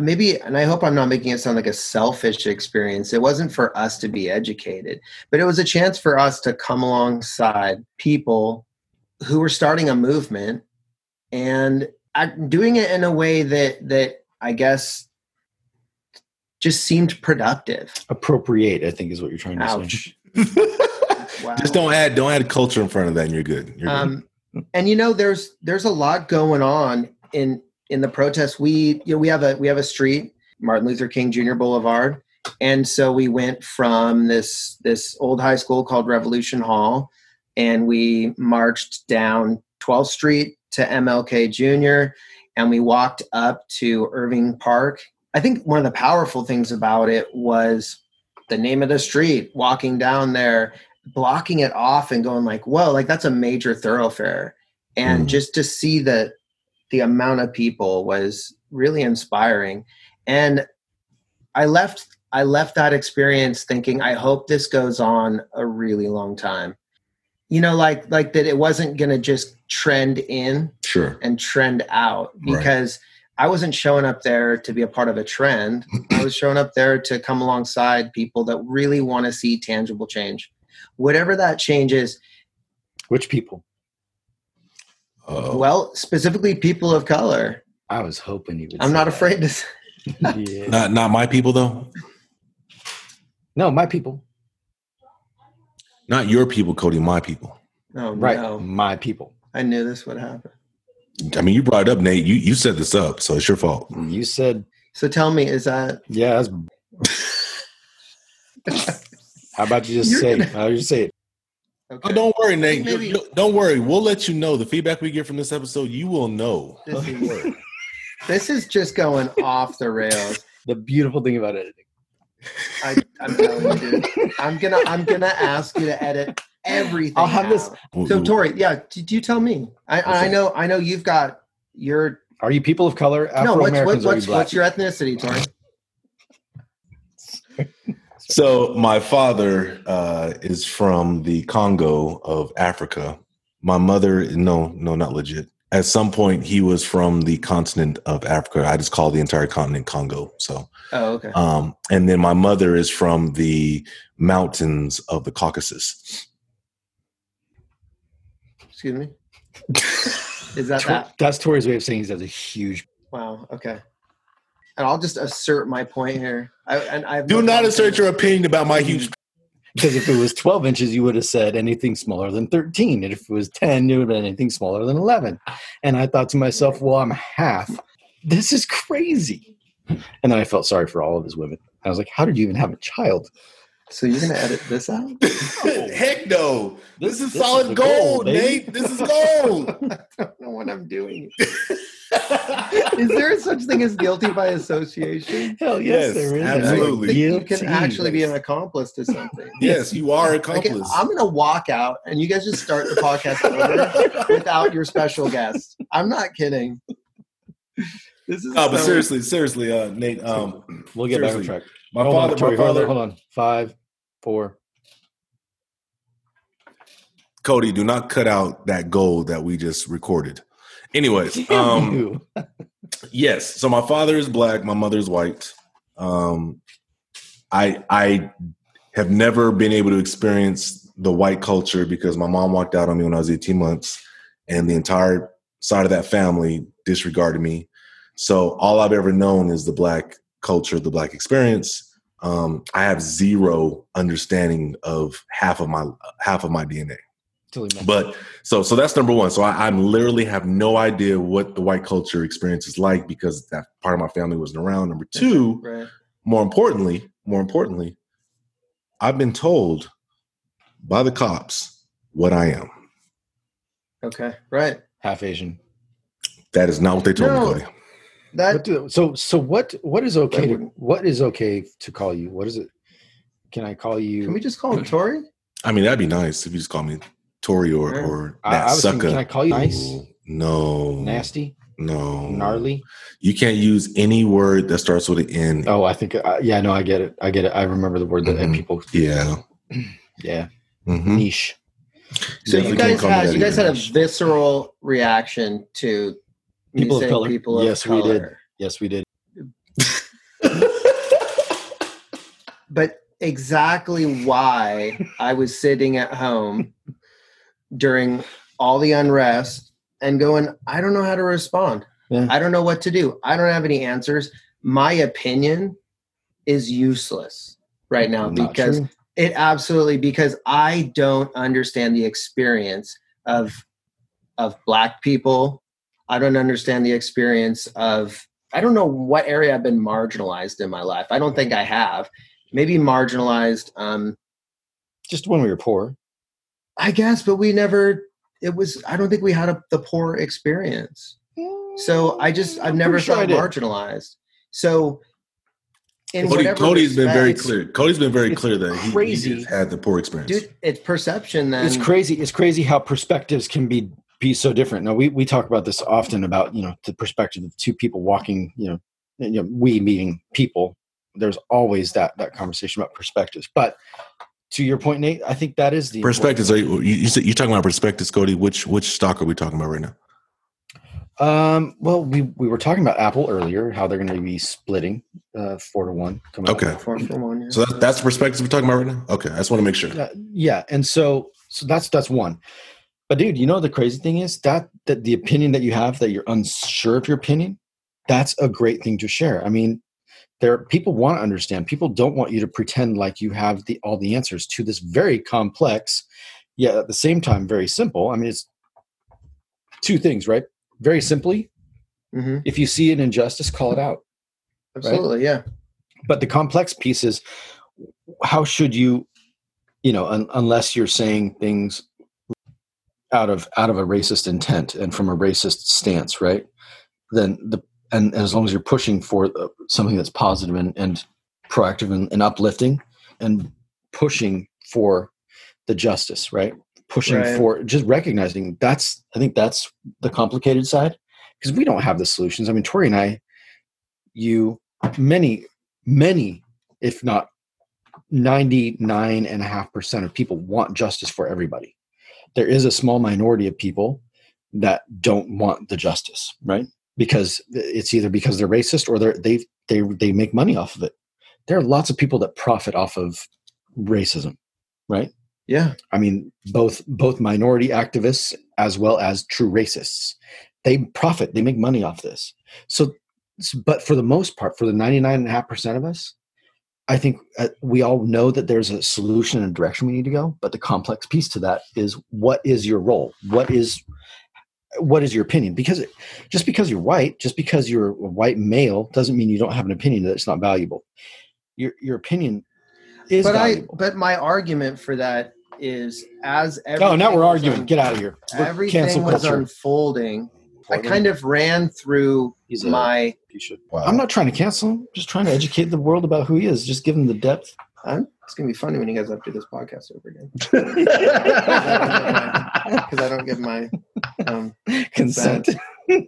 S4: Maybe, and I hope I'm not making it sound like a selfish experience. It wasn't for us to be educated, but it was a chance for us to come alongside people who were starting a movement and act- doing it in a way that that I guess just seemed <laughs> productive.
S3: Appropriate, I think, is what you're trying to say.
S4: Ouch.
S2: <laughs>
S4: Wow.
S2: Just don't add don't add culture in front of that, and you're good. You're good.
S4: um, and you know there's there's a lot going on in in the protests we you know we have a we have a street martin luther king jr boulevard and so we went from this this old high school called revolution hall and we marched down 12th street to mlk jr and we walked up to irving park i think one of the powerful things about it was the name of the street walking down there blocking it off and going like whoa like that's a major thoroughfare and
S2: Mhm.
S4: just to see the the amount of people was really inspiring and i left i left that experience thinking i hope this goes on a really long time you know like like that it wasn't going to just trend in
S2: Sure.
S4: and trend out
S2: Right.
S4: because I wasn't showing up there to be a part of a
S3: <clears throat>
S4: trend. I was showing up there to come alongside people that really want to see tangible change. Whatever that change is,
S3: Which people? Oh.
S2: Uh,
S4: well, specifically people of color.
S3: I was hoping you would.
S4: I'm
S3: say
S4: not
S3: that.
S4: afraid to say
S3: yeah.
S2: not not my people though.
S3: <laughs> No, my people.
S2: Not your people, Cody. My people.
S4: Oh
S3: Right,
S4: no.
S3: my people.
S4: I knew this would happen.
S2: I mean, you brought it up, Nate. You you set this up, so it's your fault.
S3: You said,
S4: So tell me, is that
S3: yeah. That's,
S4: <laughs>
S3: how about you just
S4: You're
S3: say?
S4: gonna-
S3: How you say it?
S2: Oh,
S4: okay?
S2: don't worry, Nate. You-
S4: Maybe-
S2: you- don't worry. We'll let you know the feedback we get from this episode. You will know. <laughs>
S4: This
S3: <laughs>
S4: is, this is just going off the rails.
S3: The beautiful thing about editing.
S4: I, I'm telling you,
S3: <laughs>
S4: dude. I'm gonna I'm gonna ask you to edit everything.
S3: I'll have this-
S4: out. So Tori, yeah, did you tell me? I I
S3: Okay.
S4: know I know you've got your
S3: Are you people of color?
S4: no.
S3: Afro
S4: What's what-
S3: Americans?
S4: what's
S3: are you black?
S4: what's your ethnicity, Tori?
S2: So my father uh, is from the Congo of Africa. My mother, no, no, not legit. At some point, he was from the continent of Africa. I just call the entire continent Congo. So,
S4: Oh, okay.
S2: um, and then my mother is from the mountains of the Caucasus.
S4: Excuse me. Is that
S3: Tor-
S4: that?
S3: That's Tori's way of saying he's has a huge.
S4: Wow. Okay. And I'll just assert my point here. I, and I have
S2: Do
S4: no
S2: not
S4: confidence.
S2: assert your opinion about my huge.
S3: Because if it was 12 inches, you would have said anything smaller than 13. And if it was 10, it would have been anything smaller than 11. And I thought to myself, well, I'm half. This is crazy. And then I felt sorry for all of his women. I was like, how did you even have a child?
S4: So you're gonna edit this out?
S2: <laughs> Heck no! This, is solid
S3: the
S2: gold,
S3: baby.
S2: Nate. This is <laughs> gold.
S4: I don't know what I'm doing. Is there such thing as guilty by association?
S3: Hell
S2: Yes,
S3: yes, there is.
S2: absolutely.
S4: I think you
S3: Guilty.
S4: can actually be an accomplice to something.
S2: yes, you are
S4: Like,
S2: accomplice.
S4: I'm gonna walk out, and you guys just start the podcast over without your special guest. I'm not kidding. This is
S2: No, but
S4: so-
S2: seriously, seriously, uh, Nate. Um,
S3: We'll get
S2: Seriously.
S3: back on track.
S2: my
S3: hold
S2: father,
S3: on, Tori,
S2: my father,
S3: hold on, hold on. Five, four.
S2: Cody, do not cut out that gold that we just recorded.
S3: <laughs>
S2: Anyways,
S3: Damn
S2: um,
S3: you.
S2: yes. So my father is black. My mother is white. Um, I I have never been able to experience the white culture because my mom walked out on me when I was 18 months, and the entire side of that family disregarded me. So all I've ever known is the black culture, the black experience. Um, I have zero understanding of half of my half of my DNA.
S3: Till he met-
S2: But so so that's number one. So I, I literally have no idea what the white culture experience is like because that part of my family wasn't around. Number two,
S4: Right.
S2: more importantly, more importantly, I've been told by the cops what I am.
S4: Okay. Right.
S3: half Asian.
S2: That is not what they told
S4: No.
S2: me, Cody.
S3: What
S4: That
S3: do, so so what what is okay to,
S4: wouldn't-
S3: what is okay to call you? What is it? Can I call you?
S4: can we just call him Tori?
S2: I mean, that'd be nice if you just call me Tori or
S4: Yeah.
S2: or
S3: I,
S2: that
S3: I was
S2: sucker.
S3: thinking, can I call you nice,
S2: No,
S3: nasty,
S2: no,
S3: gnarly?
S2: You can't use any word that starts with an N.
S3: Oh, I think I, yeah, no, I get it. I get it. I remember the word that
S2: Mhm.
S3: people
S2: Yeah.
S3: yeah
S2: hmm
S3: niche.
S4: So you
S2: Definitely
S4: guys
S2: can't call me
S4: had
S2: that
S4: you guys had a
S2: either.
S4: visceral reaction to me
S3: People of
S4: saying
S3: color.
S4: People of
S3: Yes, we
S4: color.
S3: did. Yes, we did.
S4: But exactly why I was sitting at home during all the unrest and going, I don't know how to respond.
S3: Yeah.
S4: I don't know what to do. I don't have any answers. My opinion is useless right now
S3: Not
S4: Um, because
S3: true.
S4: it absolutely because I don't understand the experience of of black people. I don't understand the experience of I don't know what area I've been marginalized in my life. I don't think I have. Maybe marginalized um
S3: just when we were poor.
S4: I guess, but we never it was I don't think we had a, the poor experience. So I just I've
S3: I'm
S4: never
S3: pretty sure I
S4: felt
S3: did.
S4: marginized. So in
S2: Cody,
S4: whatever
S2: Cody's been very
S4: respect-
S2: clear. Cody's been very
S3: it's
S2: clear that he, he
S3: crazy.
S2: just had the poor experience.
S4: Dude, it's perception then
S3: It's crazy. It's crazy how perspectives can be be so different. Now we we talk about this often about you know the perspective of two people walking. You know, you know we meeting people. There's always that that conversation about perspectives. But to your point, Nate, I think that is the
S2: Perspectives. Are you, you, you said- you're talking about perspectives, Cody. Which which stock are we talking about right now?
S3: Um, well, we we were talking about Apple earlier, how they're going to be splitting uh, four to one. Coming up.
S2: Okay,
S4: Four for one, yeah.
S2: so that's that's the perspectives we're talking about right now. Okay, I just want to make sure.
S3: Uh, yeah, and so so that's that's one. But dude, you know the crazy thing is that that the opinion that you have that you're unsure of your opinion, that's a great thing to share. I mean, there people want to understand. People don't want you to pretend like you have the all the answers to this very complex, yet at the same time very simple. I mean, it's two things, right? Very simply,
S4: Mhm.
S3: if you see an injustice, call it out.
S4: Absolutely, yeah.
S3: but the complex piece is how should you you know un- unless you're saying things out of out of a racist intent and from a racist stance right then the and, and as long as you're pushing for uh, something that's positive and and proactive and, and uplifting and pushing for the justice, right? Pushing
S4: Right.
S3: for just recognizing that's I think that's the complicated side because we don't have the solutions. I mean, Tori and I, you many, many, if not 99.5% of people want justice for everybody. There is a small minority of people that don't want the justice, right? Because it's either because they're racist or they're, they they they make money off of it. There are lots of people that profit off of racism, right?
S4: Yeah.
S3: I mean, both both minority activists as well as true racists, they profit, they make money off this. So, s- but for the most part, for the ninety nine and a half percent of us, I think uh, we all know that there's a solution and a direction we need to go. But the complex piece to that is what is your role? What is what is your opinion? Because it, just because you're white, just because you're a white male, doesn't mean you don't have an opinion that it's not valuable. Your your opinion is
S4: but
S3: valuable.
S4: I but my argument for that is as
S3: oh, now
S4: everything
S3: we're
S4: was
S3: arguing.
S4: un-
S3: Get out of here. We're
S4: everything was unfolding. I kind of ran through
S3: He's a-
S4: my
S5: Wow.
S3: I'm not trying to cancel him. Just trying to educate the world about who he is. Just give him the
S4: <laughs>
S3: depth. <laughs>
S4: It's gonna be funny when you guys have to do this podcast over again. Because I don't get my um,
S3: Consent.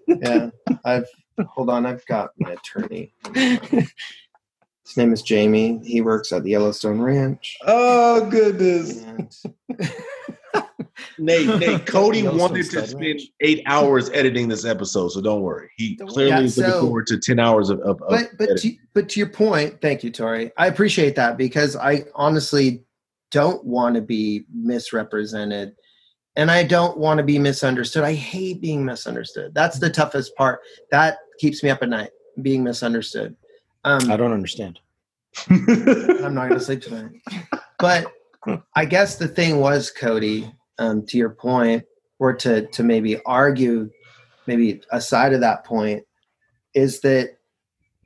S4: yeah. I've hold on. I've got
S3: <laughs>
S4: my attorney. His name is Jamie. He works at the Yellowstone Ranch.
S2: Oh goodness.
S4: And
S2: Nate,
S4: <laughs>
S2: Nate, Cody
S3: Yellowstone
S2: wanted to
S3: stud
S2: spend
S3: ranch.
S2: eight hours editing this episode, so don't worry. He
S3: Don't worry.
S2: clearly
S4: Yeah,
S2: is looking
S4: so-
S2: forward to ten hours of, of, of
S4: but but
S2: editing.
S4: to, but to your point, thank you, Tori. I appreciate that because I honestly don't want to be misrepresented, and I don't want to be misunderstood. I hate being misunderstood. That's the toughest part. That keeps me up at night. Being misunderstood. Um,
S3: I don't understand.
S4: I'm not going to sleep tonight. But I guess the thing was, Cody, um, to your point, or to to maybe argue, maybe aside of that point, is that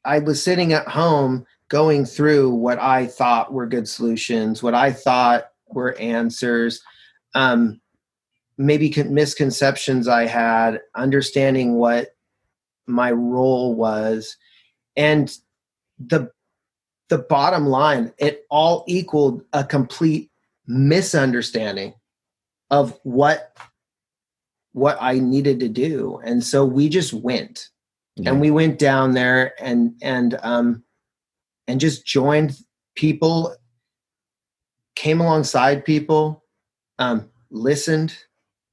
S4: I was sitting at home going through what I thought were good solutions, what I thought were answers, um, maybe con- misconceptions I had, understanding what my role was, and the the bottom line, it all equaled a complete misunderstanding of what what I needed to do. And so we just went.
S3: Yeah.
S4: And we went down there and and um and just joined people, came alongside people, um, listened,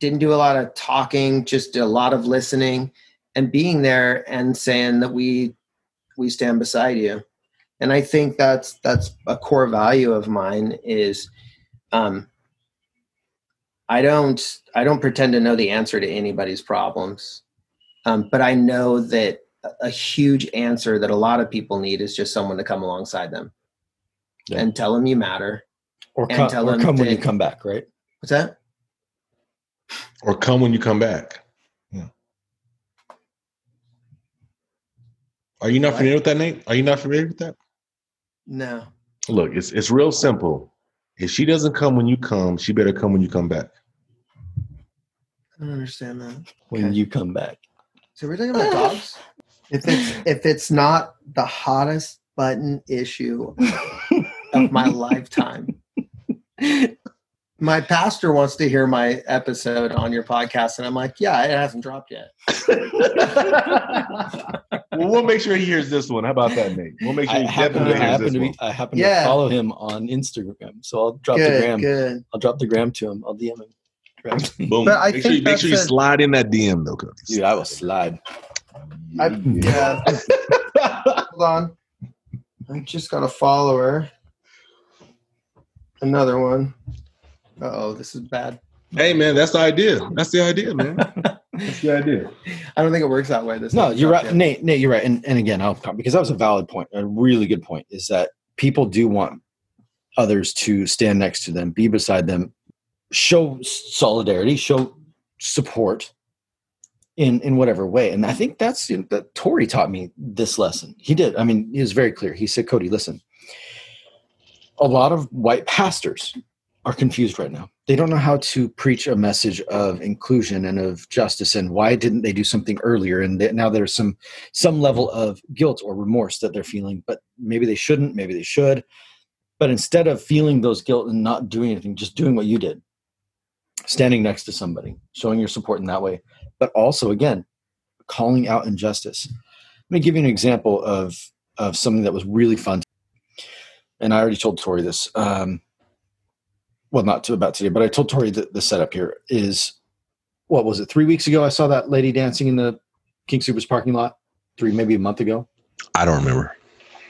S4: didn't do a lot of talking, just did a lot of listening and being there and saying that we we stand beside you and I think that's that's a core value of mine is um, I don't I don't pretend to know the answer to anybody's problems, um, but I know that a- a huge answer that a lot of people need is just someone to come alongside them
S3: Yeah.
S4: and tell them you matter.
S3: Or
S4: And
S3: come,
S4: tell
S3: or
S4: him
S3: come when you
S4: that-
S3: come back, right?
S4: What's that?
S2: or come when you come back.
S5: Yeah.
S2: Are you not
S4: What?
S2: familiar with that, Nate? Are you not familiar with that?
S4: No.
S2: Look, it's it's real simple. If she doesn't come when you come, she better come when you come back.
S4: I don't understand that.
S3: When
S4: Okay.
S3: you come
S4: <laughs>
S3: back.
S4: So we're talking about dogs. If it's if it's not the hottest button issue of my lifetime, my pastor wants to hear my episode on your podcast and i'm like yeah it hasn't dropped yet
S2: Well, we'll make sure he hears this one. How about that, Nate? We'll make sure
S3: I
S2: he
S3: happen, to,
S2: definitely
S3: I
S2: hears
S3: happen
S2: this
S3: to
S2: one.
S3: be I happen
S4: Yeah.
S3: to follow him on Instagram. So I'll drop the
S4: good
S3: gram. <laughs>
S4: good
S3: I'll drop the gram to him. I'll DM him. Direct.
S2: Boom.
S4: But I
S2: make sure,
S4: think
S2: you, make sure you
S4: that's a-
S2: slide in that DM though, Cody.
S3: Dude, I will slide.
S4: I, yeah hold on i just got a follower another one oh this is bad
S2: Hey man, that's the idea. That's the idea,
S3: <laughs>
S2: man. that's the idea.
S4: i don't think it works that way this
S3: No,
S4: hasn't
S3: you're
S4: dropped
S3: right,
S4: yet.
S3: Nate. Nate, you're right. And and again, I'll come because that was a valid point, a really good point. Is that people do want others to stand next to them, be beside them, show solidarity, show support in in whatever way. And I think that's you know, that Tori taught me this lesson. He did. I mean, he was very clear. He said, Cody, listen, a lot of white pastors are confused right now. They don't know how to preach a message of inclusion and of justice and why didn't they do something earlier and that now there's some some level of guilt or remorse that they're feeling but maybe they shouldn't, maybe they should. But instead of feeling those guilt and not doing anything, just doing what you did, standing next to somebody, showing your support in that way, but also again, calling out injustice. Let me give you an example of of something that was really fun. And I already told Tori this. Um, well, not to about today, but I told Tori that the setup here is what was it? Three weeks ago, I saw that lady dancing in the King Supers parking lot. Three, maybe a month ago.
S5: I don't remember.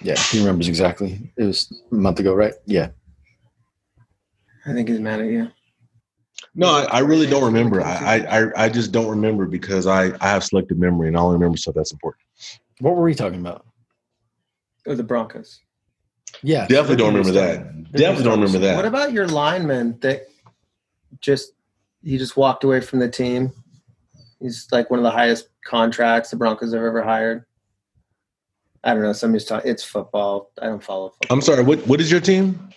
S3: Yeah, he remembers exactly. It was a month ago, right? Yeah.
S4: I think he's mad at you.
S2: No, I, I really don't remember. I, I I just don't remember because I I have selective memory and I only remember stuff that's important.
S3: What were we talking about?
S4: Or the Broncos.
S3: Yeah,
S2: Definitely don't remember that. Definitely don't remember
S4: What
S2: that.
S4: about your lineman that just he just walked away from the team? He's like one of the highest contracts the Broncos have ever hired. I don't know. Somebody's talking. It's football. I don't follow football.
S2: I'm sorry. What what is your team?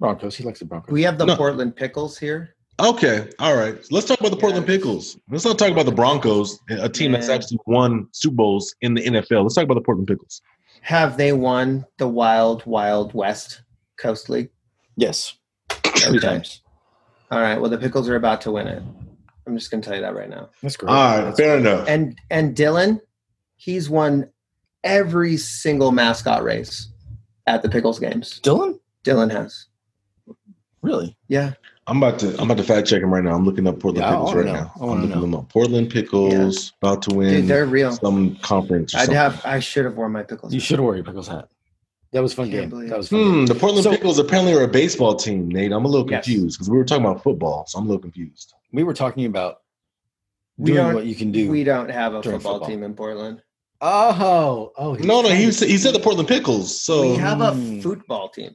S3: Broncos. He likes the Broncos.
S4: We have the
S2: No.
S4: Portland Pickles here.
S2: Okay, all right. Let's talk about the
S4: Yeah.
S2: Portland Pickles. Let's not talk about the Broncos, a team that's
S4: Yeah.
S2: actually won Super Bowls in the NFL. Let's talk about the Portland Pickles.
S4: Have they won the Wild Wild West Coast League?
S3: yes, three
S4: Okay.
S3: times.
S4: All right. Well, the Pickles are about to win it. I'm just going to tell you that right now.
S3: That's great.
S2: All right,
S3: That's-
S2: fair enough.
S4: And and Dylan, he's won every single mascot race at the Pickles games.
S3: Dylan,
S4: Dylan has.
S3: really?
S4: Yeah.
S2: I'm about to I'm about to fact check him right now. I'm looking up Portland
S3: Yeah, I
S2: Pickles right
S3: wanna know.
S2: now.
S3: I wanna
S2: I'm looking
S3: know.
S2: them up. Portland Pickles about to
S4: Dude,
S2: win
S4: they're real.
S2: some conference. Or
S4: I'd
S2: something.
S4: have I should have worn my Pickles.
S3: You should have worn your pickles hat. That was a fun
S4: Can't
S3: game.
S4: believe
S3: That was a fun. game.
S2: Hmm, the Portland
S3: So-
S2: Pickles apparently are a baseball team, Nate. I'm a little
S4: Yes.
S2: confused because we were talking about football, so I'm a little confused.
S3: We were talking about
S4: We
S3: doing
S4: don't-
S3: what you can do.
S4: We don't have a
S3: During
S4: football,
S3: football.
S4: team in Portland.
S3: oh, oh, was
S2: No, no,
S3: trying
S2: he
S3: to-
S2: said, he said the Portland Pickles. So
S4: we have a
S3: Mm.
S4: football team.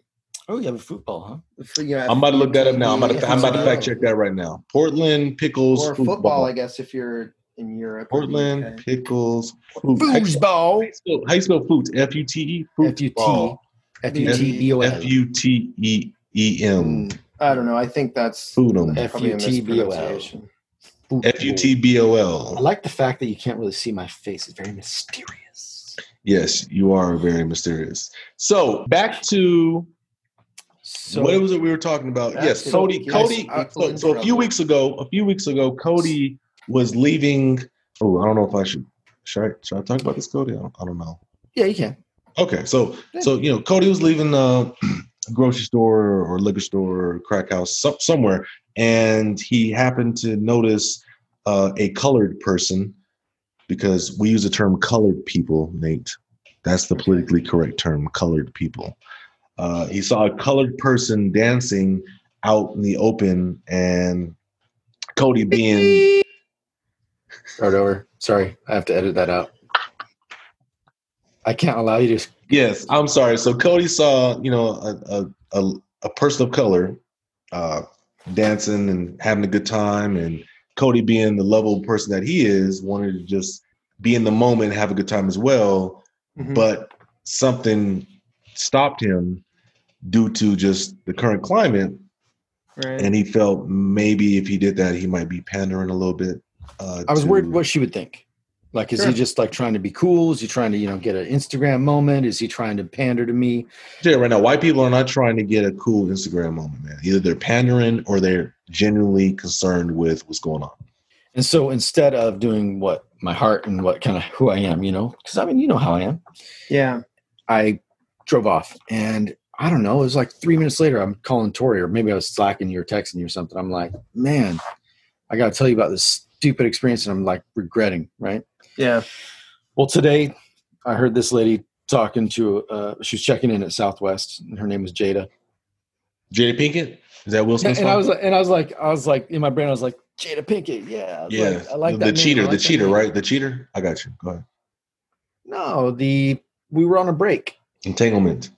S3: Oh, you have a football, huh?
S4: F- you know,
S2: I'm about to look that up now. I'm about to,
S4: FTV,
S2: I'm about to
S3: Yeah.
S2: fact check that right now. Portland Pickles
S4: or football, I guess, if you're in Europe. or
S2: Portland
S4: UK.
S2: Pickles Food. How you spell- how you spell- how you spell food? F U T E.
S3: F U T F U T B O L.
S2: F U T E E M.
S4: I don't know. I think that's
S2: Food 'em.
S4: probably a
S3: FUTBOL.
S4: mispronunciation.
S2: F U T E B O
S3: I
S2: L.
S3: like the fact that you can't really see my face. It's very mysterious.
S2: Yes, you are very mysterious. So back to
S3: So
S2: what was it we were talking about?
S4: Back
S2: Yes,
S4: to
S2: Cody.
S4: the
S2: Cody.
S4: guys out
S2: So,
S4: in
S2: so a few
S4: trouble.
S2: weeks ago, a few weeks ago, Cody was leaving. Oh, I don't know if I should. Should I, should I talk about this, Cody? I don't, I don't know.
S3: yeah, you can.
S2: Okay, so so you know, Cody was leaving uh, <clears throat> a grocery store or liquor store, or crack house, some, somewhere, and he happened to notice uh, a colored person because we use the term "colored people," Nate. That's the politically correct term, "colored people." Uh, he saw a colored person dancing out in the open, and Cody being
S3: Start over. Sorry, I have to edit that out. I can't allow you to.
S2: Yes, I'm sorry. So Cody saw, you know, a a, a, a person of color uh, dancing and having a good time, and Cody, being the level person that he is, wanted to just be in the moment, and have a good time as well.
S3: Hmm.
S4: Mhm.
S2: But something stopped him due to just the current climate,
S4: Right.
S2: and he felt maybe if he did that, he might be pandering a little bit. Uh,
S3: I was
S2: to-
S3: worried what she would think. Like, is
S4: Sure.
S3: he just like trying to be cool? Is he trying to, you know, get an Instagram moment? Is he trying to pander to me?
S2: Yeah, right now, white people are not trying to get a cool Instagram moment, man. Either they're pandering or they're genuinely concerned with what's going on.
S3: And so instead of doing what my heart and what kind of who I am, you know, because I mean, you know how I am.
S4: yeah.
S3: I drove off and I don't know, it was like three minutes later, I'm calling Tori or maybe I was slacking you or texting you or something. I'm like, man, I got to tell you about this stupid experience and I'm like regretting, right?
S4: Yeah.
S3: Well, today I heard this lady talking to, uh, she was checking in at Southwest and her name was Jada.
S2: Jada Pinkett? Is that Will
S3: And,
S2: Smith's
S3: and I
S2: mom?
S3: was like, and I was like, I was like, in my brain, I was like, Jada Pinkett. Yeah. I was
S2: yeah,
S3: Like, I like
S2: the
S3: that. name, I
S2: cheater,
S3: like
S2: the
S3: that
S2: cheater,
S3: name."
S2: right? The cheater. I got you. Go ahead.
S3: No, the, we were on a break.
S2: Entanglement.
S4: Are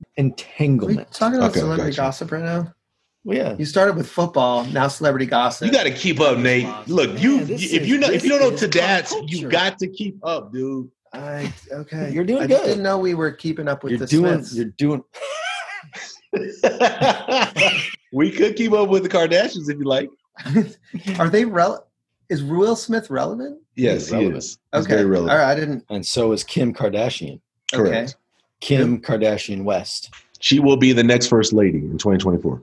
S4: we
S3: Entanglement.
S4: talking about
S2: Okay,
S4: celebrity
S2: gotcha.
S4: gossip right now?
S3: Well, yeah.
S4: You started with football, now celebrity gossip.
S2: You got to keep up, Nate. Look, you
S3: Man, this
S2: if you
S3: is-
S2: know if you don't know
S3: this
S2: to
S3: is
S2: dance,
S3: pop
S2: you
S3: culture.
S2: got to keep up, dude. <laughs>
S4: I okay.
S3: You're doing
S4: I just
S3: good.
S4: didn't know we were keeping up with
S3: You're
S4: the
S3: doing,
S4: Smiths.
S3: you're doing,
S2: we could keep up with the Kardashians if you like.
S4: Are they rel? Is Will Smith relevant?
S2: Yes,
S3: He's
S2: he
S3: relevant.
S2: is. He's
S4: Okay.
S2: very relevant.
S4: All right. I didn't.
S3: and so is Kim Kardashian.
S2: Correct.
S3: Kim Kardashian West.
S2: She will be the next first lady in 2024.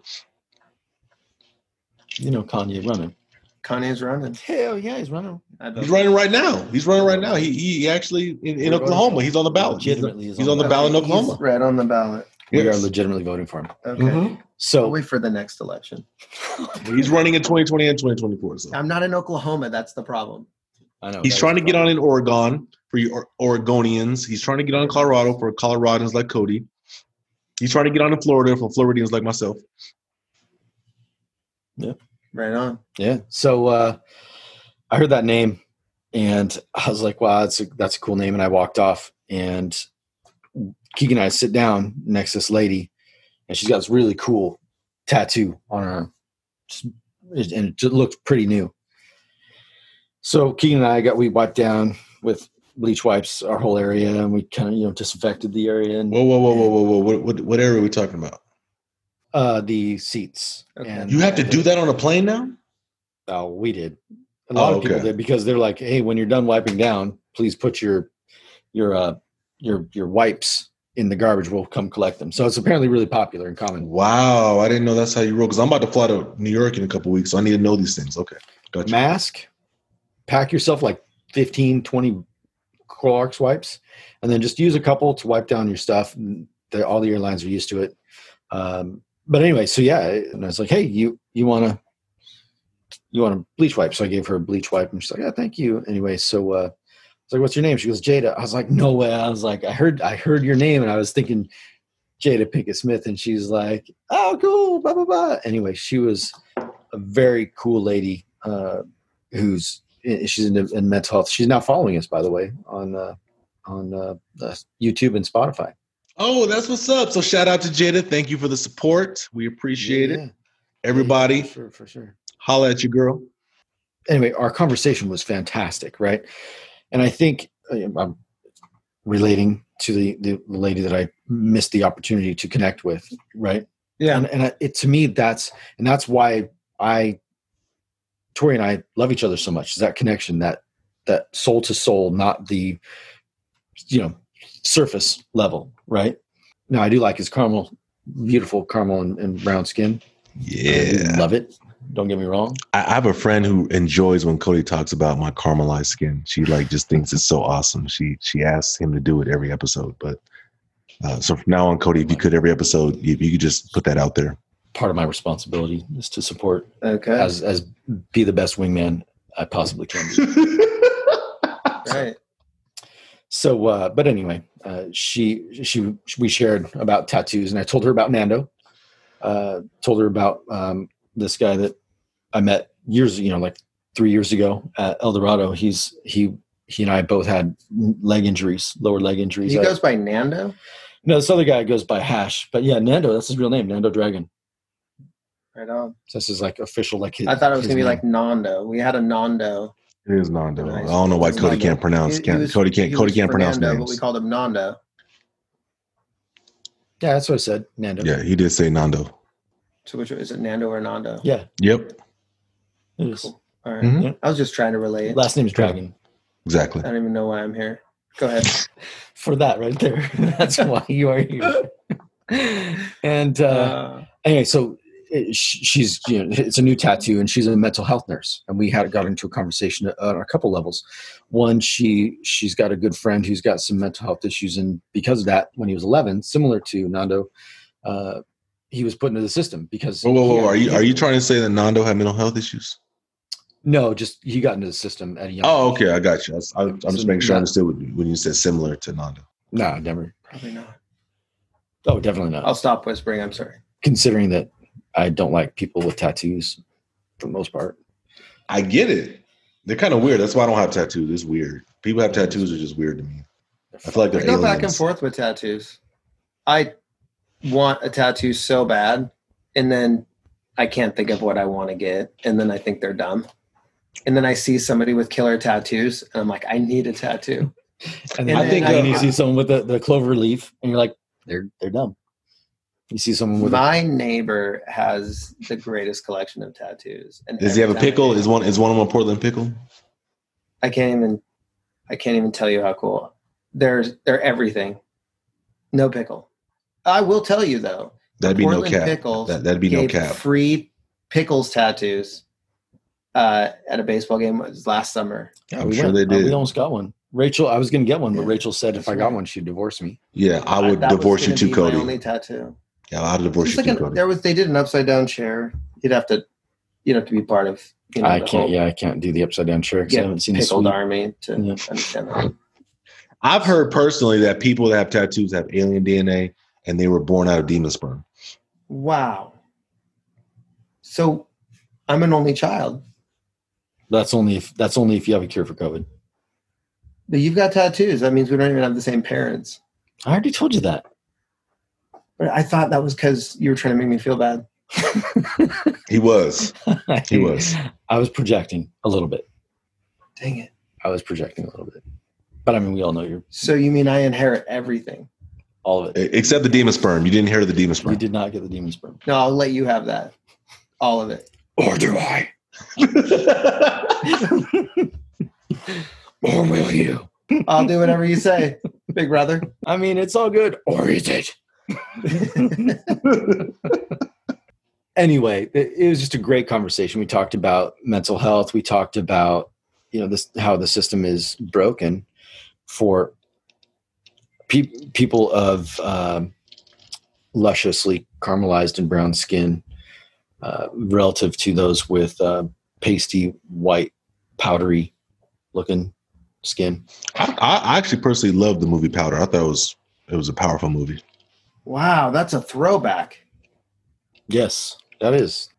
S3: You know Kanye running.
S4: Kanye's running.
S3: Hell yeah, he's running.
S4: I vote.
S2: He's running right now. He's running right now. He he actually in, in
S3: We're
S2: Oklahoma.
S3: voting.
S2: He's on the ballot. He's,
S3: Legitimately, he's
S2: he's on the ballot in
S4: He's
S2: Oklahoma.
S4: red on the ballot.
S3: We
S2: Yes.
S3: are legitimately voting for him.
S4: Okay.
S2: Mhm.
S4: I'll
S3: So
S4: wait for the next election.
S2: He's running in 2020 and 2024. So.
S4: I'm not in Oklahoma. That's the problem.
S3: I know
S2: He's
S3: that
S2: trying to
S3: is
S2: get
S3: wrong.
S2: on in Oregon for you or- Oregonians. He's trying to get on in Colorado for Coloradans like Cody. He's trying to get on in Florida for Floridians like myself.
S4: Right on.
S3: Yeah. So uh, I heard that name, and I was like, "Wow, that's a, that's a cool name." And I walked off, and Keegan and I sit down next to this lady, and she's got this really cool tattoo on her arm, Just- and it just looked pretty new. So Keegan and I got we wiped down with bleach wipes our whole area, and we kind of you know disinfected the area and
S2: Whoa, whoa, whoa, whoa, whoa, whoa! What, what, what area are we talking about?
S3: uh, the seats.
S4: Okay.
S3: And
S2: You have to do that on a plane now.
S3: Oh, we did. A lot
S2: Oh,
S3: of people
S2: okay.
S3: did because they're like, "Hey, when you're done wiping down, please put your your uh your your wipes in the garbage. We'll come collect them." So it's apparently really popular and common.
S2: Wow, I didn't know that's how you roll. Because I'm about to fly to New York in a couple weeks, so I need to know these things. Okay, gotcha.
S3: Mask, pack yourself like 15, 20 Clorox wipes, and then just use a couple to wipe down your stuff. The, all the airlines are used to it. Um, but anyway, so yeah, and I was like, "Hey, you you want to you want a bleach wipe?" So I gave her a bleach wipe, and she's like, "Yeah, thank you." Anyway, so uh, I was like, "What's your name?" She goes, "Jada." I was like, "No way!" I was like, "I heard I heard your name," and I was thinking Jada Pinkett Smith, and she's like, "Oh, cool, blah blah blah." Anyway, she was a very cool lady uh, who's eh, she's in, in mental health. She's now following us, by the way, on uh, on uh, uh, YouTube and Spotify.
S2: Oh, that's what's up. So shout out to Jada. Thank you for the support. We appreciate it. Everybody,
S3: for sure, for sure.
S2: holla at your girl.
S3: anyway, our conversation was fantastic, right? And I think uh, I'm relating to the, the lady that I missed the opportunity to connect with, right?
S4: Yeah.
S3: And, and I- it, to me, that's and that's why I, Tori and I love each other so much. Is that connection, that that soul to soul, not the, you know, surface level, right? Now I do like his caramel, beautiful caramel and, and brown skin. I do love it. Don't get me wrong.
S2: I I have a friend who enjoys when Cody talks about my caramelized skin. She like just thinks it's so awesome. She she asks him to do it every episode. But uh, so from now on, Cody, if you could every episode, if you could just put that out <laughs> there.
S3: part of my responsibility is to support
S4: Okay.
S3: as as be the best wingman I possibly can
S4: <laughs>
S3: be.
S4: right.
S3: So, uh, but anyway, uh, she she we shared about tattoos, and I told her about Nando. Uh, told her about um, this guy that I met years, you know, like three years ago at El Dorado. He's he he and I both had leg injuries, lower leg injuries.
S4: He
S3: I-
S4: goes by Nando.
S3: no, this other guy goes by Hash, but yeah, Nando. That's his real name, Nando Dragon.
S4: Right on.
S3: So this is like official, like his,
S4: I thought it was
S3: his
S4: gonna be
S3: name.
S4: like Nando. We had a Nando.
S2: It is Nando.
S4: Nice.
S2: I don't know why
S4: It's
S2: Cody
S4: Nando.
S2: can't pronounce.
S4: He- he
S2: can't,
S4: was-
S2: Cody can't.
S4: he
S2: Cody
S4: was
S2: can't pronounce
S4: Fernando, But we
S2: names.
S4: called him Nando.
S3: yeah, that's what I said, Nando.
S2: Yeah, he did say Nando.
S4: So which is it, Nando or Nando?
S3: yeah,
S2: Yep,
S3: it is.
S4: Cool. All right.
S2: Mhm.
S3: Yeah.
S4: I was just trying to relate.
S3: Last name's Dragon.
S2: exactly.
S4: I don't even know why I'm here. Go ahead.
S3: For that right there. <laughs> That's why you are here. and uh,
S4: Uh,
S3: anyway, so it, sh- she's you know it's a new tattoo, and she's a mental health nurse, and we had got into a conversation on a couple levels. One, she she's got a good friend who's got some mental health issues, and because of that, when he was 11, similar to Nando, uh, he was put into the system because.
S2: Whoa, whoa,
S3: he
S2: whoa!
S3: had-
S2: Are you are you trying to say that Nando had mental health issues?
S3: No, just he got into the system at a young.
S2: Oh,
S3: age.
S2: okay, I got you. I was- I, I'm just making sure I
S3: Not-
S2: understood what you- when you said similar to Nando.
S3: No, never.
S4: probably not.
S3: Oh, definitely not.
S4: I'll stop whispering. I'm sorry.
S3: Considering that I don't like people with tattoos, for the most part.
S2: I get it. They're kind of weird. That's why I don't have tattoos. It's weird. People have tattoos are just weird to me. I feel like
S4: I
S2: they're
S4: go back and
S2: aliens.
S4: forth with tattoos. I want a tattoo so bad, and then I can't think of what I want to get, and then I think they're dumb. And then I see somebody with killer tattoos, and I'm like, I need a tattoo.
S3: And
S4: And
S3: I
S4: then
S3: think
S4: I- uh,
S3: when you see someone with the, the clover leaf, and you're like, they're they're dumb. You see someone with a-
S4: My neighbor has the greatest collection of tattoos. And
S2: Does he
S4: every
S2: have a
S4: time I
S2: pickle?
S4: do-
S2: Is one is one of them a Portland pickle?
S4: I can't even I can't even tell you how cool. There's they're everything. No pickle. I will tell you though.
S2: That'd be
S4: Portland
S2: no cap.
S4: Pickles
S2: That, that'd be no
S4: gave
S2: cap.
S4: Free pickles tattoos uh, at a baseball game was last summer.
S3: Yeah,
S2: I'm
S3: we
S2: sure
S3: went.
S2: they
S3: Uh,
S2: did.
S3: we almost got one. Rachel, I was going to get one, but
S4: Yeah,
S3: Rachel said if
S4: that's
S3: I got
S4: right.
S3: one, she'd divorce me.
S2: Yeah, I would
S4: that was
S2: divorce you
S4: gonna
S2: too,
S4: be
S2: Cody.
S4: My only tattoo.
S2: yeah, I'd divorce
S4: It's
S2: you
S4: like
S2: too,
S4: an,
S2: Cody.
S4: there was they did an upside down chair. You'd have to you'd have to be part of. You
S3: I
S4: the
S3: can't.
S4: whole
S3: Yeah, I can't do the upside down chair because I
S4: Yeah,
S3: haven't seen this
S4: Pickled
S3: one.
S4: army to
S3: Yeah.
S4: understand that.
S2: I've heard personally that people that have tattoos have alien DNA and they were born out of demon sperm.
S4: Wow. So I'm an only child,
S3: That's only if that's only if you have a cure for COVID.
S4: but you've got tattoos. That means we don't even have the same parents.
S3: I already told you
S4: <laughs>
S3: that.
S4: But I thought that was because you were trying to make me feel bad.
S2: He was. He was.
S3: I was projecting a little bit.
S4: Dang it.
S3: I was projecting a little bit. But I mean, we all know you're
S4: So you mean I inherit everything?
S3: all of it.
S2: E- Except the demon sperm. You didn't hear the demon
S3: You
S2: sperm.
S3: did not get the demon sperm.
S4: No, I'll let you have that. All of it.
S3: Or do I? or will you?
S4: I'll do whatever you say, big brother.
S3: I mean, it's all good. Or is it? anyway, it, it was just a great conversation. We talked about mental health. We talked about you know this how the system is broken for peop people of um, lusciously caramelized and brown skin, uh, relative to those with uh, pasty white, powdery looking skin.
S2: I, I actually personally loved the movie Powder. I thought it was it was a powerful movie.
S4: Wow, that's a throwback.
S3: Yes, that is.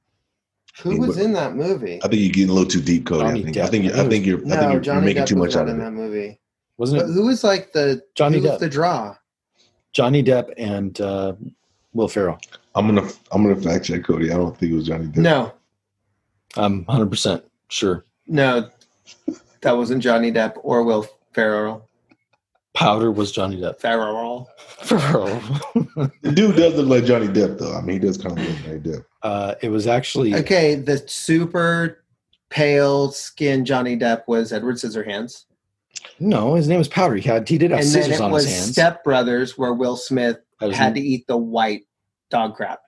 S4: Who was in that movie?
S2: I think you're getting a little too deep, Cody. I
S3: Johnny
S2: think,
S3: Depp.
S2: I think you- I think you're I think
S4: No,
S2: you're, you're
S4: Johnny
S2: making
S4: Depp
S2: too much
S4: was not
S2: out of
S4: in
S2: it.
S4: that movie.
S3: Wasn't
S4: But
S3: it
S4: who was like the
S3: Johnny
S4: who was
S3: Depp.
S4: the draw?
S3: Johnny Depp and uh, Will Ferrell?
S2: I'm gonna I'm gonna fact check Cody. I don't think it was Johnny Depp.
S4: No,
S3: I'm 100% sure.
S4: no, that wasn't Johnny Depp or Will Ferrell.
S3: Powder was Johnny <laughs> Depp.
S4: Ferrell.
S3: Ferrell.
S2: The dude does look like Johnny Depp though. I mean, he does kind of look like Johnny Depp.
S3: uh, it was actually
S4: Okay, the super pale skinned Johnny Depp was Edward Scissorhands,
S3: no. His name was Powder. He had he did have
S4: and then
S3: scissors
S4: it
S3: on
S4: was
S3: his hands.
S4: Step Brothers, where Will Smith
S3: That was-
S4: had to eat the white dog crap.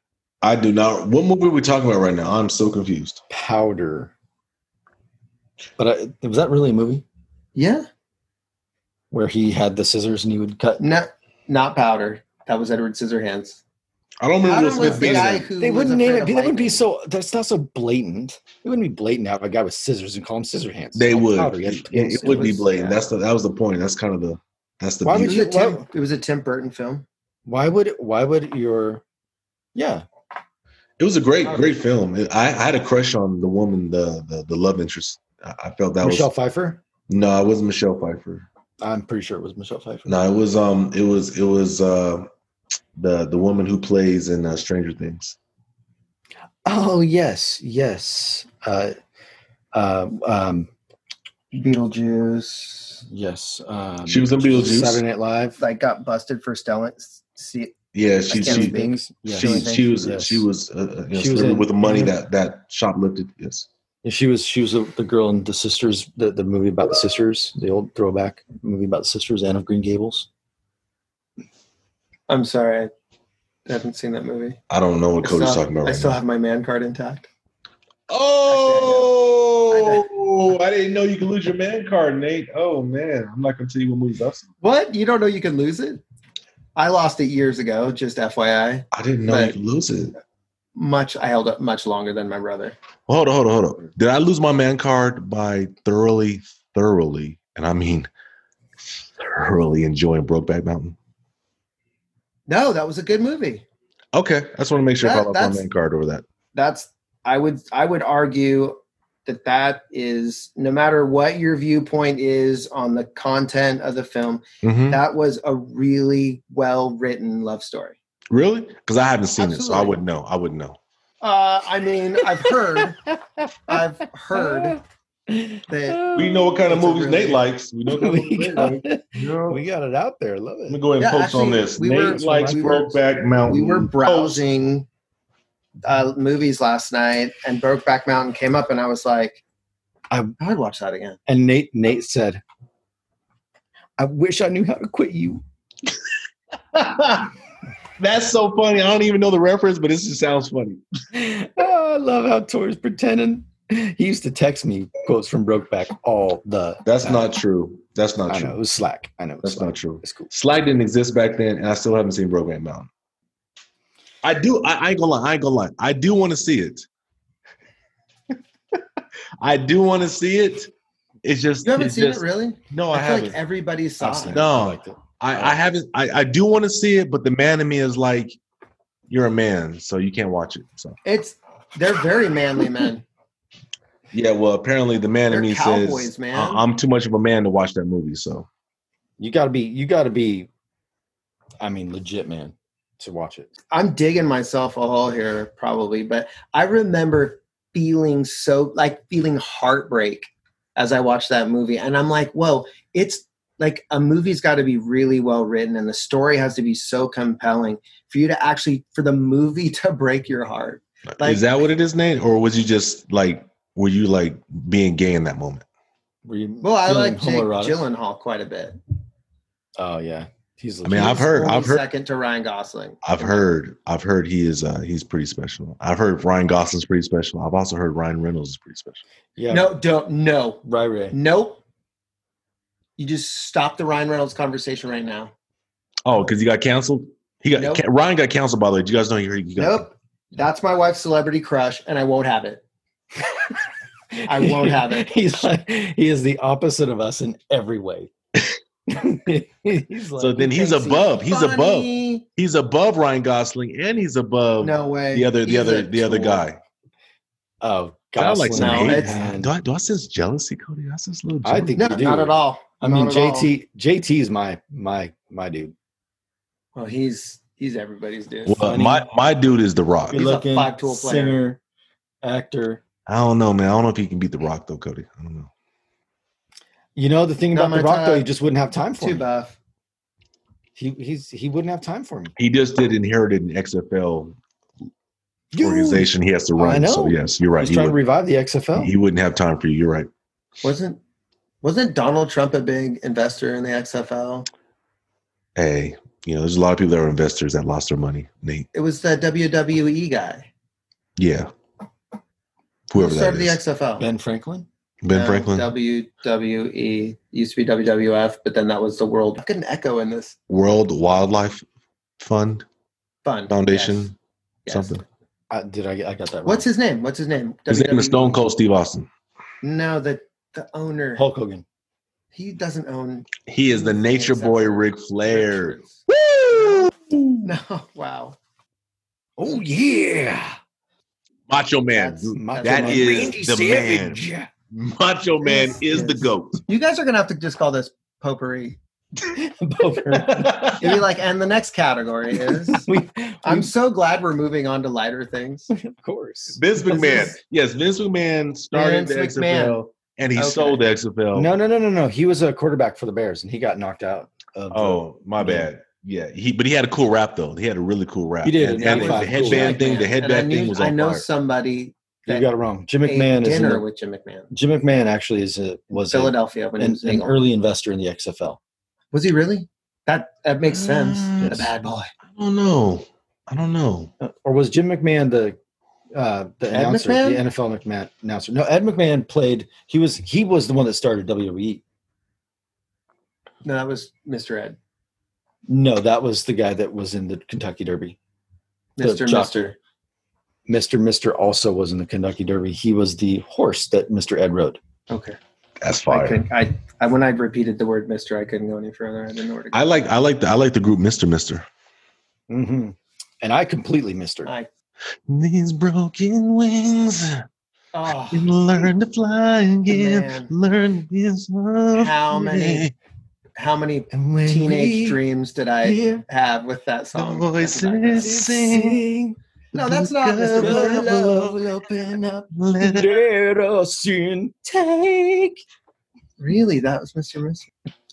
S2: I do not. What movie are we talking about right now? I'm so confused.
S3: powder. But I, was that really a movie
S4: Yeah,
S3: where he had the scissors and he would cut?
S4: no, not powder. That was Edward Scissorhands.
S2: I don't remember
S4: Powder
S2: Will Smith
S4: was the
S2: being
S4: guy
S2: in it.
S4: who
S3: They
S4: was
S3: wouldn't name
S4: afraid
S3: it.
S4: of
S3: They wouldn't be
S4: lightning.
S3: so. That's not so blatant. It wouldn't be blatant to have a guy with scissors and call him scissor hands.
S2: They
S3: Call him
S2: would.
S3: Powder. He had
S2: It,
S3: pale
S2: it
S3: skin.
S2: would be
S4: was-
S2: blatant. That's the that was the point. That's kind of the that's the
S3: Why
S4: It
S2: beauty.
S4: was, a Tim, it was a Tim Burton film.
S3: Why would? Why would your? Yeah,
S2: It was a great great film. It- I, I had a crush on the woman, the the, the love interest. I I felt that
S3: Michelle
S2: was
S3: Pfeiffer.
S2: no, it wasn't Michelle Pfeiffer.
S3: I'm pretty sure it was Michelle Pfeiffer.
S2: No, it was um, it was it was uh, the the woman who plays in uh, Stranger Things.
S3: Oh yes, yes. Uh, uh, um,
S4: Beetlejuice.
S3: yes. Um,
S2: She was in Beetlejuice.
S3: Saturday Night Live.
S4: Like got busted for stealing. See,
S2: Yeah, she
S4: I can't
S2: she
S4: remember.
S3: things. Yes.
S2: she,
S4: Stranger
S2: she was
S3: Yes.
S2: she was uh, uh, you know,
S3: She was in-
S2: with the money
S3: in-
S2: that that shoplifted. Yes,
S3: she was she was the, the girl in the sisters, the, the movie about the sisters, the old throwback movie about the sisters, Anne of Green Gables.
S4: I'm sorry, I haven't seen that movie.
S2: I don't know what
S4: I
S2: Cody's
S4: still-
S2: talking about
S4: I
S2: right
S4: still
S2: now.
S4: have my man card intact.
S2: Oh, I didn't know you could lose your man card, Nate. Oh man, I'm not gonna tell you what movies I've seen.
S4: What? You don't know you can lose it? I lost it years ago, just FYI.
S2: I didn't know you
S4: But-
S2: could lose it.
S4: Much I held up much longer than my brother.
S2: Well, hold on, hold on, hold on. Did I lose my man card by thoroughly, thoroughly, and I mean thoroughly enjoying Brokeback Mountain?
S4: No, that was a good movie.
S2: Okay, I just want to make sure
S4: That-
S2: if I lost
S4: that's-
S2: my man card over that.
S4: That's I would I would argue that that is no matter what your viewpoint is on the content of the film,
S2: Mhm.
S4: that was a really well written love story.
S2: Really? Because I haven't seen it, so I
S4: Absolutely.
S2: wouldn't know. I wouldn't know.
S4: Uh, I mean, I've heard, I've heard that.
S2: We know what kind of
S4: That's a
S2: movies
S4: really-
S2: Nate likes.
S4: <laughs>
S2: We know. What kind of
S3: <laughs> we,
S2: movies Nate
S3: got,
S2: likes.
S3: we got it out there. Love
S2: Let me
S3: it.
S2: go ahead and
S4: Yeah,
S2: post on
S4: actually,
S2: this.
S4: we
S2: Nate
S4: were-
S2: likes
S4: we were-
S2: Brokeback Mountain.
S4: We were
S2: Post.
S4: browsing uh, movies last night, and Brokeback Mountain came up, and I was like, I,
S3: I-
S4: I'd watch that again.
S3: And Nate Nate said, "I wish I knew how to quit you."
S2: <laughs> That's so funny. I don't even know the reference, but it just sounds funny.
S3: <laughs> Oh, I love how Tori's pretending. He used to text me quotes from Brokeback all the.
S2: That's
S3: time.
S2: not true. That's not
S3: I know it
S2: true.
S3: was Slack. I know it was
S2: That's not
S3: Slack.
S2: true.
S3: It's cool.
S2: Slack didn't exist back then, and I still haven't seen Brokeback Mountain. I do. I, I ain't gonna lie. I ain't gonna lie. I do want to see it. <laughs> I do want to see it. It's just
S4: You haven't
S2: it's
S4: seen
S2: just-
S4: it really?
S2: No, I,
S4: I, feel
S2: haven't.
S4: like everybody saw
S3: I've seen
S4: it.
S3: it.
S2: No.
S3: I liked it.
S2: I, I haven't. I, I do want to see it, but the man in me is like, you're a man, so you can't watch it. So
S4: It's they're very manly men.
S2: yeah. Well, apparently the man in
S4: They're
S2: me
S4: cowboys,
S2: says
S4: man.
S2: "I- I'm too much of a man to watch that movie. So
S3: You gotta be. You gotta be. I mean, legit man to watch it.
S4: I'm digging myself a hole here, probably, but I remember feeling so like feeling heartbreak as I watched that movie. And I'm like, whoa, it's like a movie's got to be really well written and the story has to be so compelling for you to actually, for the movie <laughs> to break your heart. Like,
S2: is that what it is, Nate? Or was you just like, were you like being gay in that moment?
S3: Were you
S4: well, I
S3: feeling
S4: like Jake
S3: homoerotic?
S4: Gyllenhaal quite a bit.
S3: Oh yeah, he's.
S2: I mean, I've heard- I've
S4: Only
S2: heard-
S4: Second to Ryan Gosling.
S2: I've heard, I've heard he is, uh, he's pretty special. I've heard Ryan Gosling's pretty special. I've also heard Ryan Reynolds is pretty special.
S3: yeah.
S4: No, don't, no,
S3: right, <laughs> right.
S4: nope. You just stop the Ryan Reynolds conversation right now.
S2: Oh, because he got canceled. He got
S4: Nope.
S2: ca- Ryan got canceled. By the way, do you guys know he, he got?
S4: Nope. That's my wife's celebrity crush, and I won't have it. I won't have
S3: <laughs>
S4: it.
S3: He's like, he is the opposite of us in every way. <laughs> he's like,
S2: So then he's
S4: Thinks
S2: above. He's above.
S4: funny.
S2: He's above Ryan Gosling, and he's above
S4: No way.
S2: the other the
S4: He's
S2: other
S4: a
S2: the other
S4: tool.
S2: guy.
S3: oh,
S2: But I
S3: God,
S2: like some
S4: No,
S2: hate.
S4: it's-
S2: man. Do I do I sense jealousy, Cody? I sense a little.
S3: I
S2: Jealousy.
S3: think
S4: No,
S3: you do.
S4: not at all.
S3: I mean,
S4: Not at all.
S3: JT JT's my my my dude.
S4: Well, he's he's everybody's dude.
S2: Well,
S3: funny.
S2: my my dude is the Rock.
S4: He's a five-tool player.
S3: singer, actor.
S2: I don't know, man. I don't know if he can beat the Rock though, Cody. I don't know.
S3: You know the thing
S4: Not
S3: about the
S4: my
S3: Rock though,
S4: type.
S3: he just wouldn't have time for
S4: Too
S3: me.
S4: buff.
S3: He he's he wouldn't have time for me.
S2: He just did inherited an XFL
S3: Dude,
S2: organization. He has to
S3: I
S2: run.
S3: know.
S2: So yes, you're right.
S3: He's
S2: He,
S3: trying to
S2: would,
S3: revive the XFL.
S2: he wouldn't have time for you. You're right.
S4: Wasn't wasn't Donald Trump a big investor in the XFL?
S2: Hey, you know, there's a lot of people that are investors that lost their money. Nate.
S4: It was the WWE guy.
S2: Yeah.
S4: Who
S2: Whoever that
S4: started the
S2: is.
S4: XFL?
S3: ben Franklin.
S2: ben
S4: No,
S2: Franklin.
S4: WWE used to be WWF, but then that was the world. I couldn't echo in this
S2: World Wildlife Fund
S4: fun
S2: Foundation.
S4: Yes. Yes.
S2: Something.
S3: I, Uh, did I I got that? Wrong.
S4: What's his name? What's his name?
S2: His name is
S4: WWE?
S2: Stone Cold Steve Austin.
S4: No, the the owner.
S3: Hulk Hogan?
S4: He doesn't own.
S2: He is the Nature Boy Ric Flair.
S4: Richards.
S2: Woo!
S4: No, wow.
S3: Oh yeah,
S2: Macho Man.
S4: That's-
S3: My-
S2: That
S3: my-
S2: is the man.
S3: <laughs>
S4: <laughs>
S3: Savage.
S2: Macho Man is the
S4: Yes.
S2: goat.
S4: You guys are gonna have to just call this potpourri.
S3: Both-
S4: <laughs> It'd be like, and the next
S2: <laughs>
S4: category is.
S3: we,
S4: I'm so glad we're moving on to lighter things.
S3: of course.
S2: Vince McMahon.
S4: is-
S2: Yes, Vince McMahon started
S4: Vince
S2: the
S4: McMahon.
S2: XFL and he
S4: Okay.
S2: sold the XFL.
S3: No, no, no, no, no. He was a quarterback for the Bears, and he got knocked out. Of the-
S2: Oh, my bad. Yeah, he but he had a cool rap though. He had a really cool rap.
S3: He did,
S2: And, and
S3: and that
S2: the
S3: was cool.
S2: headband thing, the
S4: And I
S2: headband
S4: knew-
S2: thing was
S4: I
S2: on
S4: know
S2: fire.
S4: somebody
S3: you got it wrong. Jim
S4: ate
S3: McMahon is in
S4: dinner
S3: the-
S4: with Jim McMahon.
S3: Jim McMahon actually is a was a,
S4: Philadelphia when he
S3: an,
S4: was
S3: an
S4: legal.
S3: early investor in the XFL.
S4: Was he really? That that makes sense.
S2: Mm.
S4: The bad boy.
S2: I don't know. I don't know.
S3: Uh, Or was Jim McMahon the uh, the
S4: Ed
S3: announcer,
S4: McMahon?
S3: the NFL McMahon announcer? No, Ed McMahon played. He was he was the one that started E. WWE.
S4: No, that was Mr. Ed.
S3: No, that was the guy that was in the Kentucky Derby. The
S4: Mr.
S3: jock.
S4: Mister.
S3: Mister Mister also was in the Kentucky Derby. He was the horse that Mister Ed rode.
S4: Okay.
S2: That's
S4: I
S2: fire.
S4: couldn't I, I when I repeated the word Mister, I couldn't go any further. I didn't know where to go.
S2: I like I like the I like the group Mr. Mister.
S4: Mm-hmm.
S3: hmm And I completely missed her.
S4: I-
S2: These broken wings
S4: Oh,
S2: <laughs> and learn to fly again.
S4: Man.
S2: Learn this love.
S4: How many how many teenage dreams did I have with that song?
S2: The
S4: That's about it.
S2: voices sing.
S4: No, that's not Mr. Miller.
S3: open up.
S2: Let it
S3: Let us in. Take.
S4: Really, that was Mr. Mister.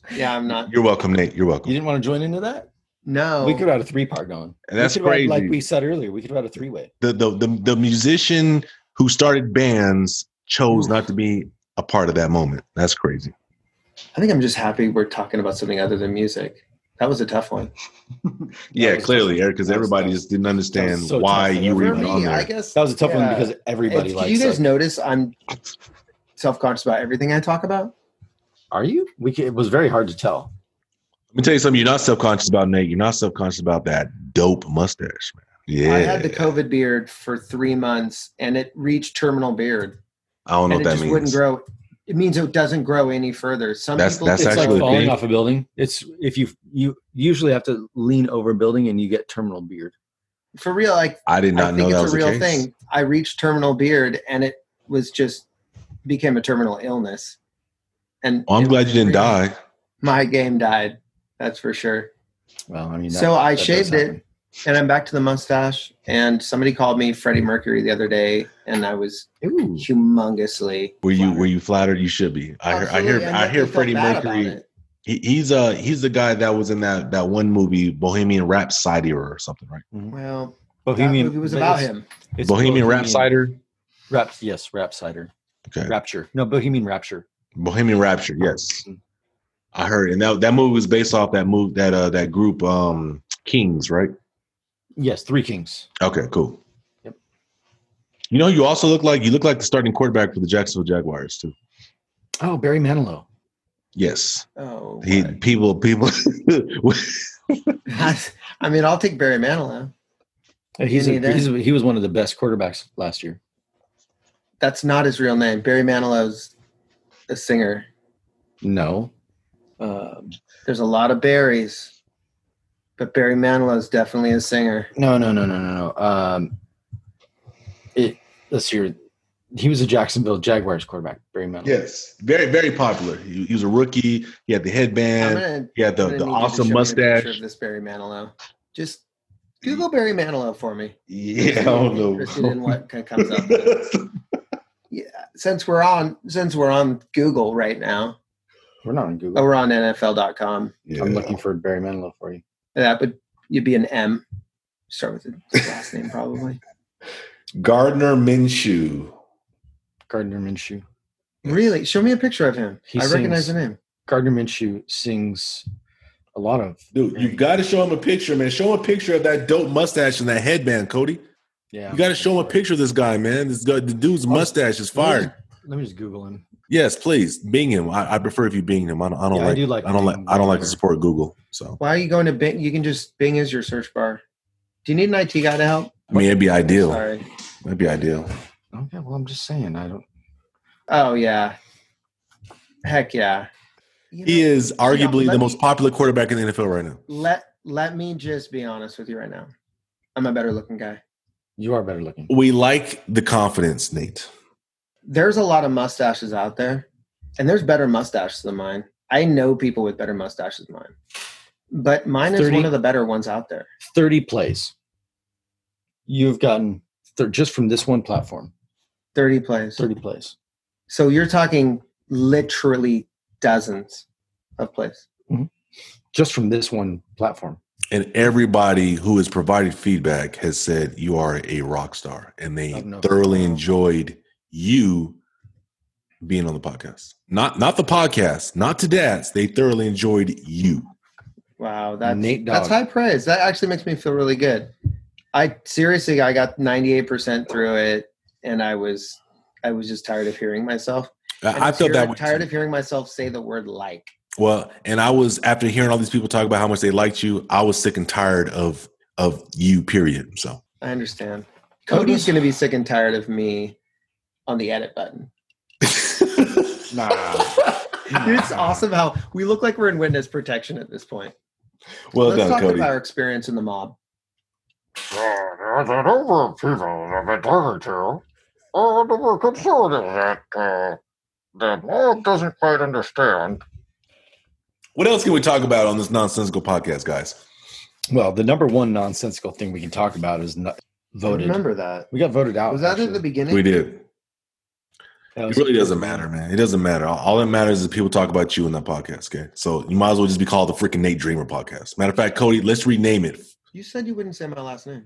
S4: Yeah, I'm not.
S2: You're welcome, Nate. You're
S3: You
S2: welcome.
S3: didn't want to join into that?
S4: No,
S3: We could have had a three part going.
S2: And that's
S3: we could've
S2: crazy.
S3: had, like we said earlier, we could have had a three way.
S2: the, the the the musician who started bands chose not to be a part of that moment. That's crazy.
S4: I think I'm just happy we're talking about something other than music. That was a tough one.
S2: yeah,
S3: was-
S2: clearly, Eric, because
S3: that was
S2: everybody
S3: tough.
S2: just didn't
S3: That
S2: understand
S3: was so
S2: why
S3: tough.
S2: you were
S3: For
S2: even on
S4: I
S2: there.
S4: guess
S3: That was a tough one
S4: yeah.
S3: because everybody
S4: Hey,
S3: likes
S4: Did you guys
S3: it.
S4: notice I'm self-conscious about everything I talk about?
S3: Are you? We ca it was very hard to tell.
S2: Let me tell you something. You're not subconscious about Nate. You're not subconscious about that dope mustache, man. Yeah,
S4: I had the COVID beard for three months, and it reached terminal beard,
S2: I don't know
S4: and
S2: what
S4: it
S2: that
S4: just wouldn't
S2: means.
S4: grow. It means it doesn't grow any further. Some
S2: That's-
S4: people,
S2: that's
S3: it's
S2: actually
S3: like
S2: a
S3: falling
S2: big-
S3: off a building. It's if you you usually have to lean over a building and you get terminal beard.
S4: for real. Like
S2: I did not know
S4: I think
S2: that
S4: it's
S2: was
S4: a
S2: the
S4: real
S2: case.
S4: thing. I reached terminal beard, and it was just became a terminal illness. And
S2: Well, I'm
S4: it
S2: glad
S4: was
S2: you didn't
S4: real.
S2: die.
S4: My game died. That's for sure.
S3: Well, I mean,
S4: So I
S3: does
S4: shaved it.
S3: happen.
S4: And I'm back to the mustache. And somebody called me Freddie Mercury the other day, and I was
S3: Ooh,
S4: humongously.
S2: Were you
S4: flattered.
S2: were you flattered? You should be. I hear I hear
S4: Absolutely,
S2: I
S4: never
S2: hear
S4: felt
S2: Freddie
S4: bad about
S2: Mercury.
S4: it.
S2: He, he's uh he's the guy that was in that that one movie Bohemian Rhapsody or something, right?
S4: Well,
S3: Bohemian.
S4: that movie was
S3: but
S4: about
S3: it's-
S4: him.
S3: it's
S2: Bohemian Rhapsody.
S3: Rap, yes, Rapsider.
S2: Okay.
S3: Rapture. No, Bohemian Rapture.
S2: Bohemian Rapture. Yes,
S4: Mm-hmm.
S2: I heard, and that that movie was based off that move that uh that group um Kings, right?
S3: Yes, Three Kings.
S2: Okay, cool.
S3: Yep.
S2: You know, you also look like you look like the starting quarterback for the Jacksonville Jaguars too.
S3: Oh, Barry Manilow.
S2: Yes,
S4: Oh,
S2: he
S4: what?
S2: people people. <laughs>
S4: <laughs> I mean, I'll take Barry Manilow.
S3: He's,
S4: Any of
S3: a,
S4: that?
S3: he's a- he was one of the best quarterbacks last year.
S4: That's not his real name. Barry Manilow's a singer.
S3: No. Um,
S4: There's a lot of berries, but Barry Manilow's definitely a singer.
S3: no, no, no, no, no, no. Um, it this year, he was a Jacksonville Jaguars quarterback. Barry Manilow.
S2: yes, very very popular. He, he was a rookie. He had the
S4: I'm
S2: headband.
S4: gonna,
S2: He had the,
S4: I'm
S2: the
S4: gonna need you to show
S2: awesome
S4: me a picture
S2: mustache.
S4: of this Barry Manilow. Just Google Barry Manilow for me.
S2: <laughs> Yeah, I don't
S4: I'm Interested in
S2: know. <laughs>
S4: what kind of comes up. Since we're on, since we're on Google right now,
S3: We're not on
S4: oh,
S3: Google.
S4: we're on NFL.com.
S2: Oh, yeah.
S3: I'm looking for Barry Manilow for you.
S4: That would you'd be an M. Start with his last
S2: <laughs>
S4: name probably.
S2: Gardner Minshew.
S3: Gardner Minshew.
S4: Really? Show me a picture of him.
S3: He
S4: I recognize the
S3: sings-
S4: name.
S3: Gardner Minshew sings a lot of
S2: Dude, you got to show him a picture, man. Show him a picture of that dope mustache and that headband, Cody.
S3: yeah.
S2: You got to show him a picture of this guy, man. This guy, the dude's
S4: Oh,
S2: mustache is fired.
S3: Let me just Google him.
S2: Yes, please bing him. I, I prefer if you bing him. I don't, I don't
S3: Yeah, I
S2: like. I,
S3: do like
S2: don't like.
S3: Bing
S2: I don't like to
S3: better.
S2: support Google. So
S4: Why are you going to Bing? You can just Bing as your search bar. Do you need an IT guy to help?
S2: I mean, it'd be ideal.
S4: Sorry.
S2: That'd be ideal.
S3: Okay, well I'm just saying I don't
S4: Oh yeah. Heck yeah. You
S2: He
S4: know,
S2: is arguably
S4: let
S2: the
S4: me-
S2: most popular quarterback in the NFL right now.
S4: Let let me just be honest with you right now. I'm a better looking guy.
S3: you are better looking.
S2: We like the confidence, Nate.
S4: There's a lot of mustaches out there, and there's better mustaches than mine. I know people with better mustaches than mine, but mine is
S3: 30.
S4: one of the better ones out there.
S3: 30 plays. You've gotten thir- just from this one platform,
S4: 30 plays.
S3: 30 plays.
S4: So you're talking literally dozens of plays.
S3: Just from this one platform.
S2: And everybody who has provided feedback has said you are a rock star, and they
S3: Oh, no.
S2: thoroughly enjoyed you being on the podcast. Not not the podcast, not to dads. They thoroughly enjoyed you.
S4: Wow, that's
S3: Nate
S4: that's
S3: Dogg.
S4: high praise. That actually makes me feel really good. I seriously, I got 98% through it, and I was I was just tired of hearing myself. And
S2: I, I felt
S4: tired-
S2: that way
S4: tired
S2: too.
S4: of hearing myself say the word like.
S2: well, and I was after hearing all these people talk about how much they liked you. I was sick and tired of of you. Period. So
S4: I
S2: <laughs>
S4: understand.
S3: I would
S4: Cody's
S3: just-
S4: going to be sick and tired of me on the edit
S2: <laughs>
S4: button.
S3: Nah.
S4: Dude, <laughs> it's awesome how we look like we're in witness protection at this point.
S2: well
S4: Let's
S2: done,
S4: talk
S2: Cody.
S4: about our experience in the mob.
S5: There are the number of people that I've been talking to, uh, that were concerned that uh, the mob doesn't quite understand.
S2: What else can we talk about on this nonsensical podcast, guys?
S3: Well, the number one nonsensical thing we can talk about is not
S4: I
S3: voted.
S4: remember that.
S3: We got voted out.
S4: Was that at
S3: actually.
S4: the beginning?
S2: We did.
S3: That
S2: It
S3: was-
S2: really doesn't matter, man. It doesn't matter. All- All that matters is people talk about you in that podcast, okay? So you might as well just be called the freaking Nate Dreamer podcast. Matter of fact, Cody, let's rename it.
S4: You said you wouldn't say my last name.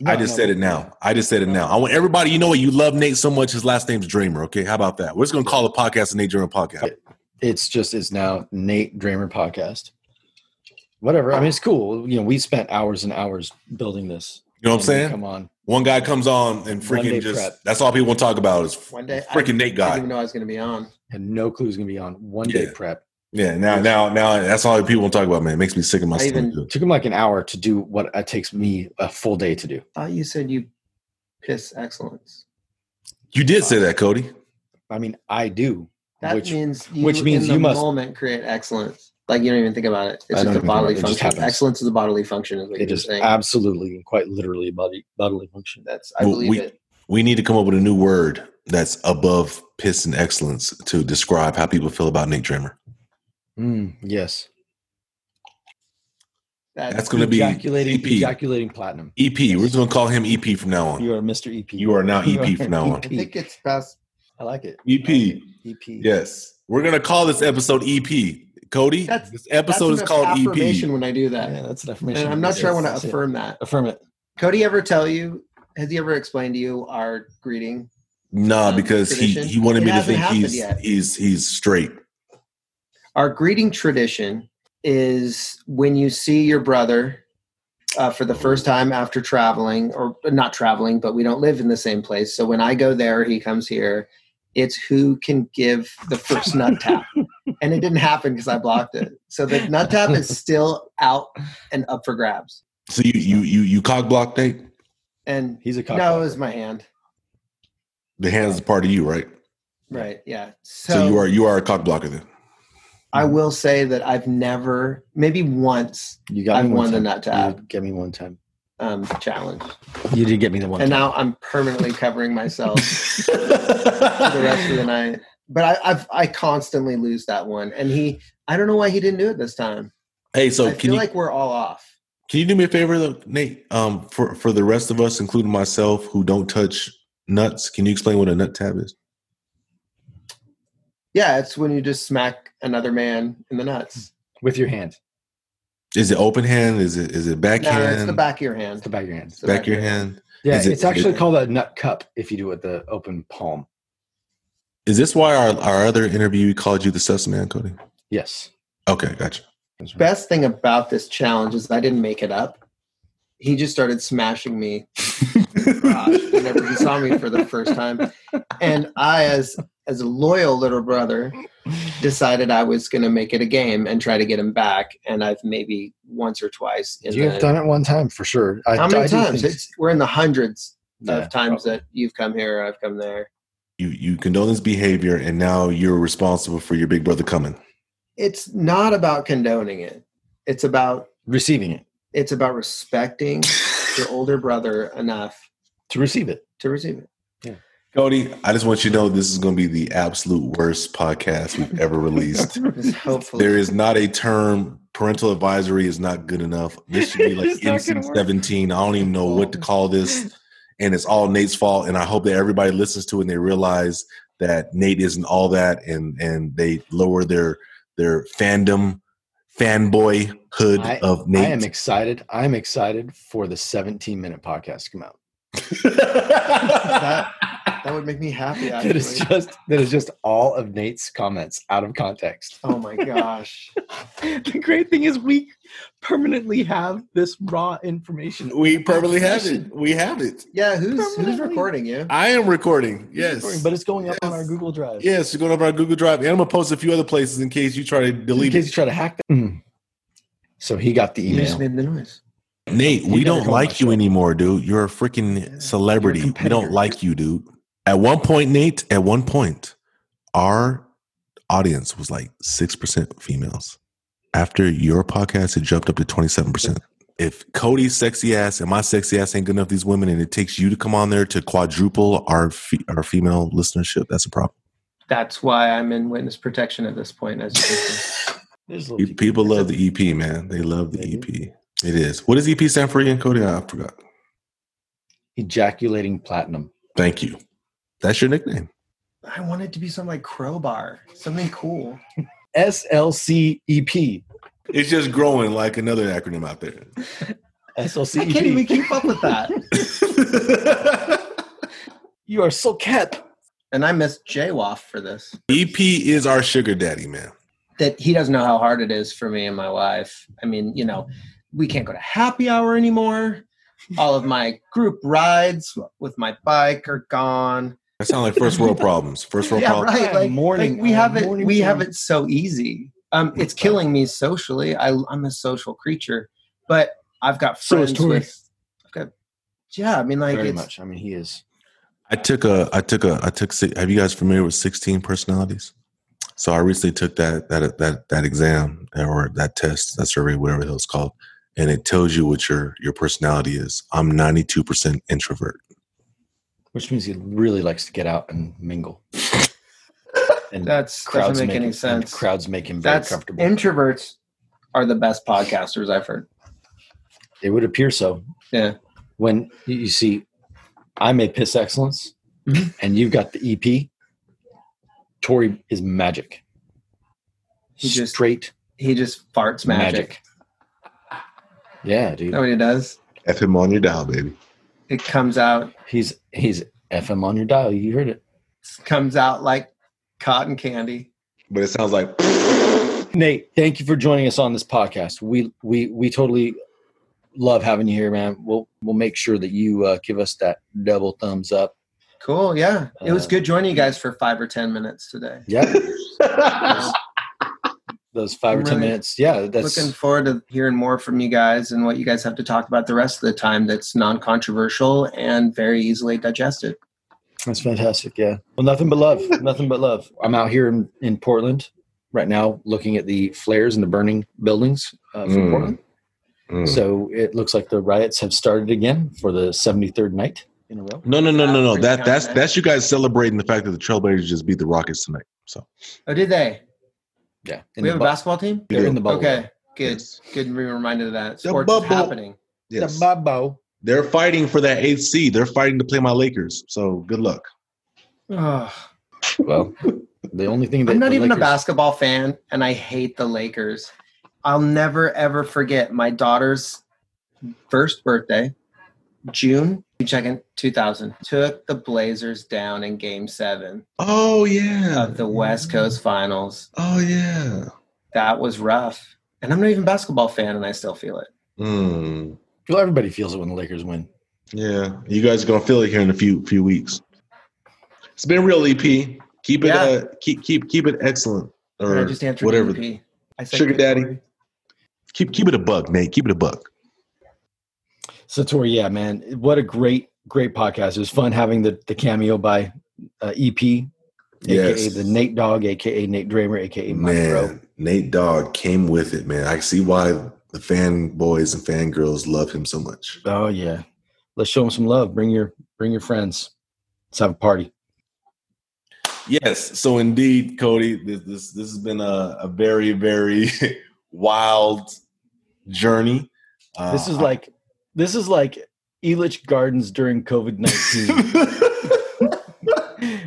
S3: No,
S2: I just
S3: no.
S2: said it now. I just said it now. I want everybody, you know what? You love Nate so much, his last name's Dreamer, okay? How about that? We're just going to call the podcast the Nate Dreamer podcast.
S3: It's just it's now Nate Dramer podcast. whatever. I mean, it's cool. You know, we spent hours and hours building this.
S2: You know what I'm
S3: And
S2: saying?
S3: Come on.
S2: One guy comes on and
S3: One day
S2: freaking just
S3: prep.
S2: that's all people want to talk about is
S4: One day, I-
S2: freaking Nate
S4: I didn't
S2: guy.
S4: even know I was going to be on.
S3: And no clue's gonna be on one day
S2: Yeah.
S3: prep.
S2: Yeah, now now now that's all people want to talk about, man. It makes me sick in my
S4: I
S2: stomach.
S4: even-
S2: dude.
S3: took him like an hour to do what it takes me a full day to do.
S4: Thought Uh, you said you piss excellence.
S2: You did say that, Cody.
S3: I mean, I do.
S4: That
S3: Which-
S4: means you,
S3: which means
S4: in the
S3: you must-
S4: moment create excellence. Like you don't even think about it. It's
S3: I don't
S4: just a
S3: even think about
S4: bodily
S3: it. It just
S4: function.
S3: happens.
S4: Excellence is a bodily function. Is what
S3: It
S4: you're
S3: is
S4: saying.
S3: absolutely and quite literally a body bodily function.
S4: That's I
S2: Well,
S4: believe
S2: we-
S4: it.
S2: We need to come up with a new word that's above piss and excellence to describe how people feel about Nick Dreamer.
S4: Hmm,
S3: Mm, yes.
S4: That's,
S2: That's gonna be E
S3: ejaculating
S2: EP.
S3: ejaculating platinum.
S2: EP. We're just gonna call him EP from now on.
S3: You are Mr. EP.
S2: You are E now EP from now
S4: <laughs>
S2: on.
S4: I think it's best.
S3: I like it. E
S2: EP.
S3: EP.
S2: Yes. We're gonna call this episode EP. Cody,
S4: That's-
S2: this episode
S4: that's
S2: is
S4: enough
S2: called E
S4: affirmation
S2: EP.
S4: when I do
S3: E Yeah,
S4: that.
S3: that's an affirmation.
S4: and I'm not sure I
S3: Yes,
S4: want to
S3: that's it.
S4: affirm that.
S3: Affirm it.
S4: Cody ever tell you? Has he ever explained to you our greeting?
S2: Nah,
S4: um,
S2: because he,
S4: tradition.
S2: he wanted
S4: It
S2: me to
S4: hasn't
S2: think
S4: happened
S2: he's
S4: yet.
S2: he's he's straight.
S4: Our greeting tradition is when you see your brother uh, for the first time after traveling, or not traveling, but we don't live in the same place. So when I go there, he comes here. It's who can give
S2: <laughs>
S4: the first nut tap. And it didn't happen because I blocked it. So the nut
S2: <laughs>
S4: tap is still out and up for grabs.
S2: So you you you you cock block Nate?
S4: And
S3: He's a cock.
S4: no, it
S3: blocker.
S4: was my hand.
S2: The hands is part of you, right?
S4: Right. Yeah. So,
S2: So, you are you are a cock blocker then.
S4: I will say that I've never, maybe once,
S3: you got
S4: I've
S3: me one
S4: won the
S3: time.
S4: nut
S3: You
S4: tab
S3: did get me one time.
S4: um, challenge,
S3: You did get me the one
S4: and
S3: time.
S4: now I'm permanently
S2: <laughs>
S4: covering myself for the rest of the night. But I, I've I constantly lose that one, and he, I don't know why he didn't do it this time.
S2: hey, so
S4: I
S2: can
S4: feel
S2: you
S4: like we're all off.
S2: can you do me a favor though, Nate? Um for, for the rest of us, including myself, who don't touch nuts, can you explain what a nut tab is?
S4: Yeah, it's when you just smack another man in the nuts.
S3: With your hand.
S2: Is it open hand? Is it is it
S4: No,
S2: backhand?
S4: it's the back of your
S3: It's
S4: hand.
S3: the back of your hand.
S4: It's the
S2: back, your hand.
S3: Yeah,
S2: Is it-
S3: it's actually
S2: it-
S3: called a nut cup if you do it with the open palm.
S2: Is this why our, our other interviewee called you the sus man, Cody?
S3: Yes.
S2: Okay, gotcha.
S4: Best thing about this challenge is I didn't make it up. He just started smashing
S3: <laughs>
S4: me garage whenever he saw me for the first time. And I, as as a loyal little brother, decided I was going to make it a game and try to get him back. And I've maybe once or twice. In
S3: You've
S4: the,
S3: done it one time for sure. I,
S4: how
S3: I
S4: many
S3: do
S4: times?
S3: think-
S4: It's, we're in the hundreds
S3: Yeah,
S4: of times
S3: probably.
S4: that you've come here, I've come there.
S2: you you condone this behavior, and now you're responsible for your big brother coming.
S4: It's not about condoning it. It's about
S3: receiving it
S4: it's about respecting your older brother enough
S3: to receive it.
S4: to receive it.
S2: Cody, I just want you to know this is going to be the absolute worst podcast we've ever <laughs> released.
S4: It's hopefully
S2: there is not a term. Parental advisory is not good enough. This should be like
S3: It's not gonna
S2: NC seventeen. I don't even know what to call this, and it's all Nate's fault. And I hope that everybody listens to it and they realize that Nate isn't all that, and and they lower their their fandom fanboyhood
S3: I-
S2: of
S3: I am
S2: Nate.
S3: excited. I'm excited for the 17 minute podcast to come
S4: <laughs>
S3: out.
S4: that, that would make
S2: <laughs>
S4: me happy.
S3: That is
S4: Actually.
S3: just that is just all of Nate's comments out of context.
S4: Oh my gosh.
S3: the great thing is we permanently have this raw information.
S2: we probably have it. We have it.
S4: Yeah, who's who's
S3: Permanently.
S4: recording you?
S2: I am recording. Yes.
S3: But it's going up on our
S2: Yes.
S3: Google Drive.
S2: Yes, you're going up our Google Drive, and I'm gonna post a few other places in case you try to
S3: In
S2: delete
S3: case
S2: it.
S3: you try to hack that. Mm. So he got the
S4: You just
S3: email.
S4: made the noise.
S2: Nate,
S3: You
S2: we
S3: never
S2: don't
S3: call
S2: like
S3: my
S2: you
S3: show.
S2: anymore, dude. You're a freaking celebrity. we
S3: competitor.
S2: don't like you, dude. At one point, Nate, at one point, our audience was like 6% females. After your podcast, it jumped up to 27%. If Cody's sexy ass and my sexy ass ain't good enough, these women, and it takes you to come on there to quadruple our fe- our female listenership, that's a problem.
S4: That's why I'm in witness protection at this point. As you can see.
S3: There's a
S2: Pe-
S3: little
S2: People love the EP, man. Mm-hmm. They love the
S3: They do.
S2: EP. It is. What does EP stand for again, Cody? I forgot.
S3: ejaculating platinum.
S2: Thank you. That's your nickname.
S4: <laughs> I want it to be something like crowbar, something cool.
S3: SLCEP.
S2: It's just growing like another acronym out there.
S3: E
S4: I can't even
S3: SLCEP.
S4: keep up with
S2: <laughs>
S4: that.
S3: <laughs> You are so cat.
S4: And I missed JWAF for this.
S2: E EP is our sugar daddy, man.
S4: that he doesn't know how hard it is for me and my wife. I mean, you know, we can't go to happy hour anymore. All of my group rides with my bike are gone.
S2: That sounds like first world problems. First <laughs> world
S4: Yeah,
S2: problems.
S4: right. Like,
S3: morning-
S4: like we
S3: uh,
S4: have it.
S3: morning
S4: We have
S3: time.
S4: it so easy. Um, it's killing me socially. I, I'm a social creature, but I've got
S3: So is
S4: friends
S3: Tori.
S4: with. I've got, yeah, I mean, like
S3: Very
S4: it's
S3: much. I mean, he is.
S2: I took a, I took a, I took. si- Have you guys familiar with sixteen personalities? So I recently took that that that that exam or that test, that survey, whatever it was called, and it tells you what your your personality is. I'm ninety two percent introvert.
S3: Which means he really likes to get out and mingle. And
S4: that's doesn't make any
S3: him,
S4: sense.
S3: Crowds make him very
S4: That's
S3: comfortable.
S4: introverts are the best podcasters I've heard.
S3: it would appear so.
S4: Yeah.
S3: When you- you see, I'm a piss excellence,
S4: Mhm.
S3: and you've got the EP. Tori is magic.
S4: He just-
S3: Straight
S4: He just farts magic.
S3: magic. Yeah, dude.
S4: You know what he does?
S2: F him on your dial, baby.
S4: It comes out.
S3: He's he's FM on your dial. You heard it,
S4: Comes out like cotton candy.
S2: But it sounds like
S3: Nate. Thank you for joining us on this podcast. We we we totally love having you here, man. We'll we'll make sure that you uh, give us that double thumbs up.
S4: Cool. Yeah, it was
S3: Uh,
S4: good joining you guys for five or ten minutes today.
S3: Yeah,
S4: <laughs>
S3: those five or ten
S4: Really?
S3: minutes. Yeah, that's
S4: looking forward to hearing more from you guys and what you guys have to talk about the rest of the time that's non-controversial and very easily digested
S3: That's fantastic. Yeah. Well, nothing but love. <laughs> nothing but love. I'm out here in, in Portland right now, looking at the flares and the burning buildings uh, from
S2: Mm.
S3: Portland. So it looks like the riots have started again for the 73rd night in a row.
S2: no, no, no, no, no.
S4: African
S2: That that's
S4: continent.
S2: that's you guys celebrating the fact that the Trailblazers just beat the Rockets tonight. So
S4: oh did they
S3: Yeah. In
S4: we
S3: the
S4: have
S3: bu-
S4: a basketball team
S3: They're in the bubble.
S4: okay good
S2: Yes.
S4: good to be reminded of that
S2: The
S4: sports is
S2: bubble.
S4: happening
S2: yes,
S3: bubble.
S2: they're fighting for that eighth seed. They're fighting to play my Lakers. So good luck.
S4: Ugh.
S3: Well, <laughs> the only thing that
S4: i'm not
S3: the
S4: even a
S3: Lakers-
S4: basketball fan and i hate the lakers i'll never ever forget my daughter's first birthday june 2nd 2000 took the blazers down in game seven
S2: Oh yeah,
S4: of the west coast finals
S2: Oh yeah.
S4: that was rough. And I'm not even a basketball fan, and I still feel it.
S2: Mm,
S3: Well, everybody feels it when the Lakers win.
S2: yeah. You guys are gonna feel it here in a few few weeks. It's been real, EP. Keep it
S4: Yeah.
S2: uh, keep keep keep it excellent
S4: And I
S2: or
S4: just answered
S2: whatever.
S4: DP. I said
S2: Sugar
S4: good
S2: daddy.
S4: story.
S2: Keep keep it a buck, Nate. Keep it a buck.
S3: So Tori, yeah, man, what a great, great podcast. It was fun having the, the cameo by uh, EP, aka
S2: Yes.
S3: the Nate Dog, aka Nate Dramer, aka Mike Rowe.
S2: Man, Nate Dogg came with it, man. I see why the fanboys and fangirls love him so much.
S3: Oh yeah, let's show them some love. Bring your bring your friends. Let's have a party.
S2: Yes, so indeed, Cody, this this, this has been a, a very very <laughs> wild journey. Uh,
S3: This is like this is like Elitch Gardens during COVID nineteen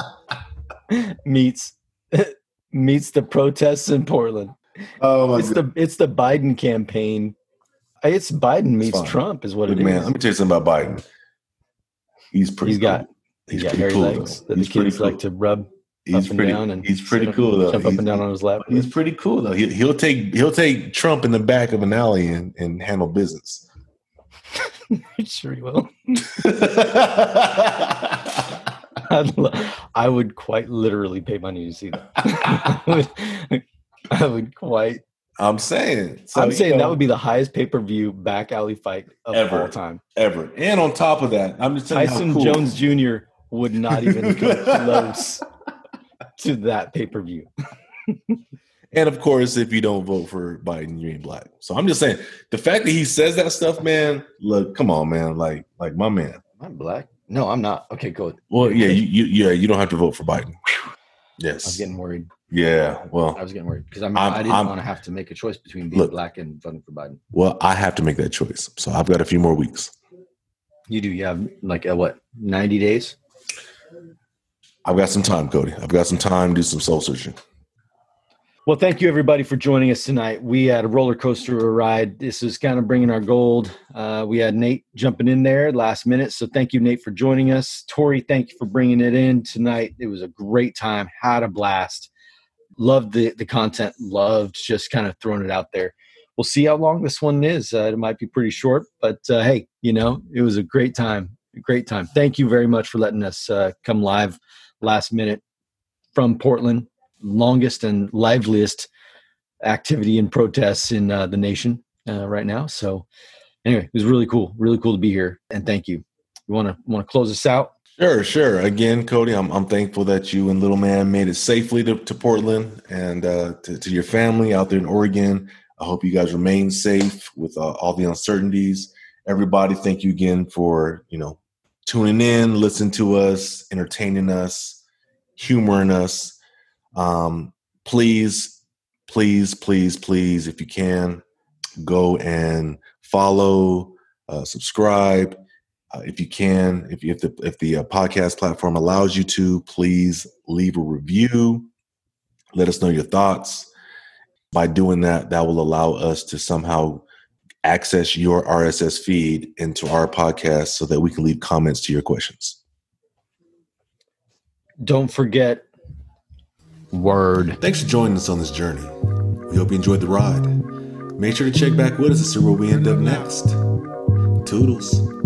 S2: <laughs>
S3: meets meets the protests in Portland.
S2: <laughs> oh my
S3: It's the it's the Biden campaign. It's Biden meets
S2: fine.
S3: Trump is what
S2: Look,
S3: it is.
S2: man, let me tell you something about Biden. He's pretty.
S3: He's got-
S2: cool.
S3: He's got hairy
S2: cool,
S3: legs
S2: though.
S3: that
S2: he's
S3: the kids
S2: pretty
S3: like
S2: cool.
S3: to rub
S2: He's
S3: up and
S2: pretty,
S3: down and
S2: he's pretty
S3: sit-
S2: cool though.
S3: jump
S2: he's,
S3: up and down on his lap.
S2: he's pretty cool though. He, he'll take he'll take Trump in the back of an alley and, and handle business.
S3: sure he will.
S2: <laughs> yeah,
S3: <laughs> I'd lo- I would quite literally pay money to see that. <laughs> I, would, I would quite.
S2: I'm saying. So,
S3: I'm saying
S2: you know,
S3: that would be the highest pay per view back alley fight of
S2: Ever.
S3: all time.
S2: ever. And on top of that, I'm just telling
S3: Tyson
S2: you how cool.
S3: Jones Jr. would
S2: <laughs>
S3: not even come close to that pay per view.
S2: And of course, if you don't vote for Biden, you ain't black. So I'm just saying the fact that he says that stuff, man. Look, come on, man. Like like my man.
S3: I'm black. No, I'm not. Okay, good.
S2: Well, yeah, you, you yeah, you don't have to vote for Biden.
S3: I was
S2: Yes.
S3: getting worried.
S2: Yeah.
S3: I
S2: Well,
S3: was getting worried because I'm,
S2: I'm-
S3: I didn't
S2: I'm-
S3: want to have to make a choice between being
S2: Look.
S3: black and voting for Biden.
S2: well, I have to make that choice. So I've got a few more weeks.
S3: You do. You have like uh, what 90 days?
S2: I've got some time, Cody. I've got some time. Do some soul searching.
S3: Well, thank you everybody for joining us tonight. We had a roller coaster of a ride. This is kind of bringing our gold. Uh, we had Nate jumping in there last minute, so thank you, Nate, for joining us. Tori, thank you for bringing it in tonight. It was a great time. Had a blast. Loved the the content. Loved just kind of throwing it out there. We'll see how long this one is. Uh, it might be pretty short, but uh, hey, you know, it was a great time. A great time. Thank you very much for letting us uh, come live last minute from Portland. Longest and liveliest activity and protests in uh, the nation uh, right now. So, anyway, it was really cool. Really cool to be here, and thank you. You want to want to close us out?
S2: Sure, sure. Again, Cody, I'm I'm thankful that you and little man made it safely to, to Portland and uh, to, to your family out there in Oregon. I hope you guys remain safe with uh, all the uncertainties. Everybody, thank you again for you know tuning in, listening to us, entertaining us, humoring us. Um, please, please, please, please, if you can, go and follow, uh, subscribe. Uh, if you can, if, you, if the if the uh, podcast platform allows you to, please leave a review. Let us know your thoughts. By doing that, that will allow us to somehow access your RSS feed into our podcast so that we can leave comments to your questions.
S3: Don't forget. Word.
S2: Thanks for joining us on this journey. We hope you enjoyed the ride. Make sure to check back with us to see where we end up next. Toodles.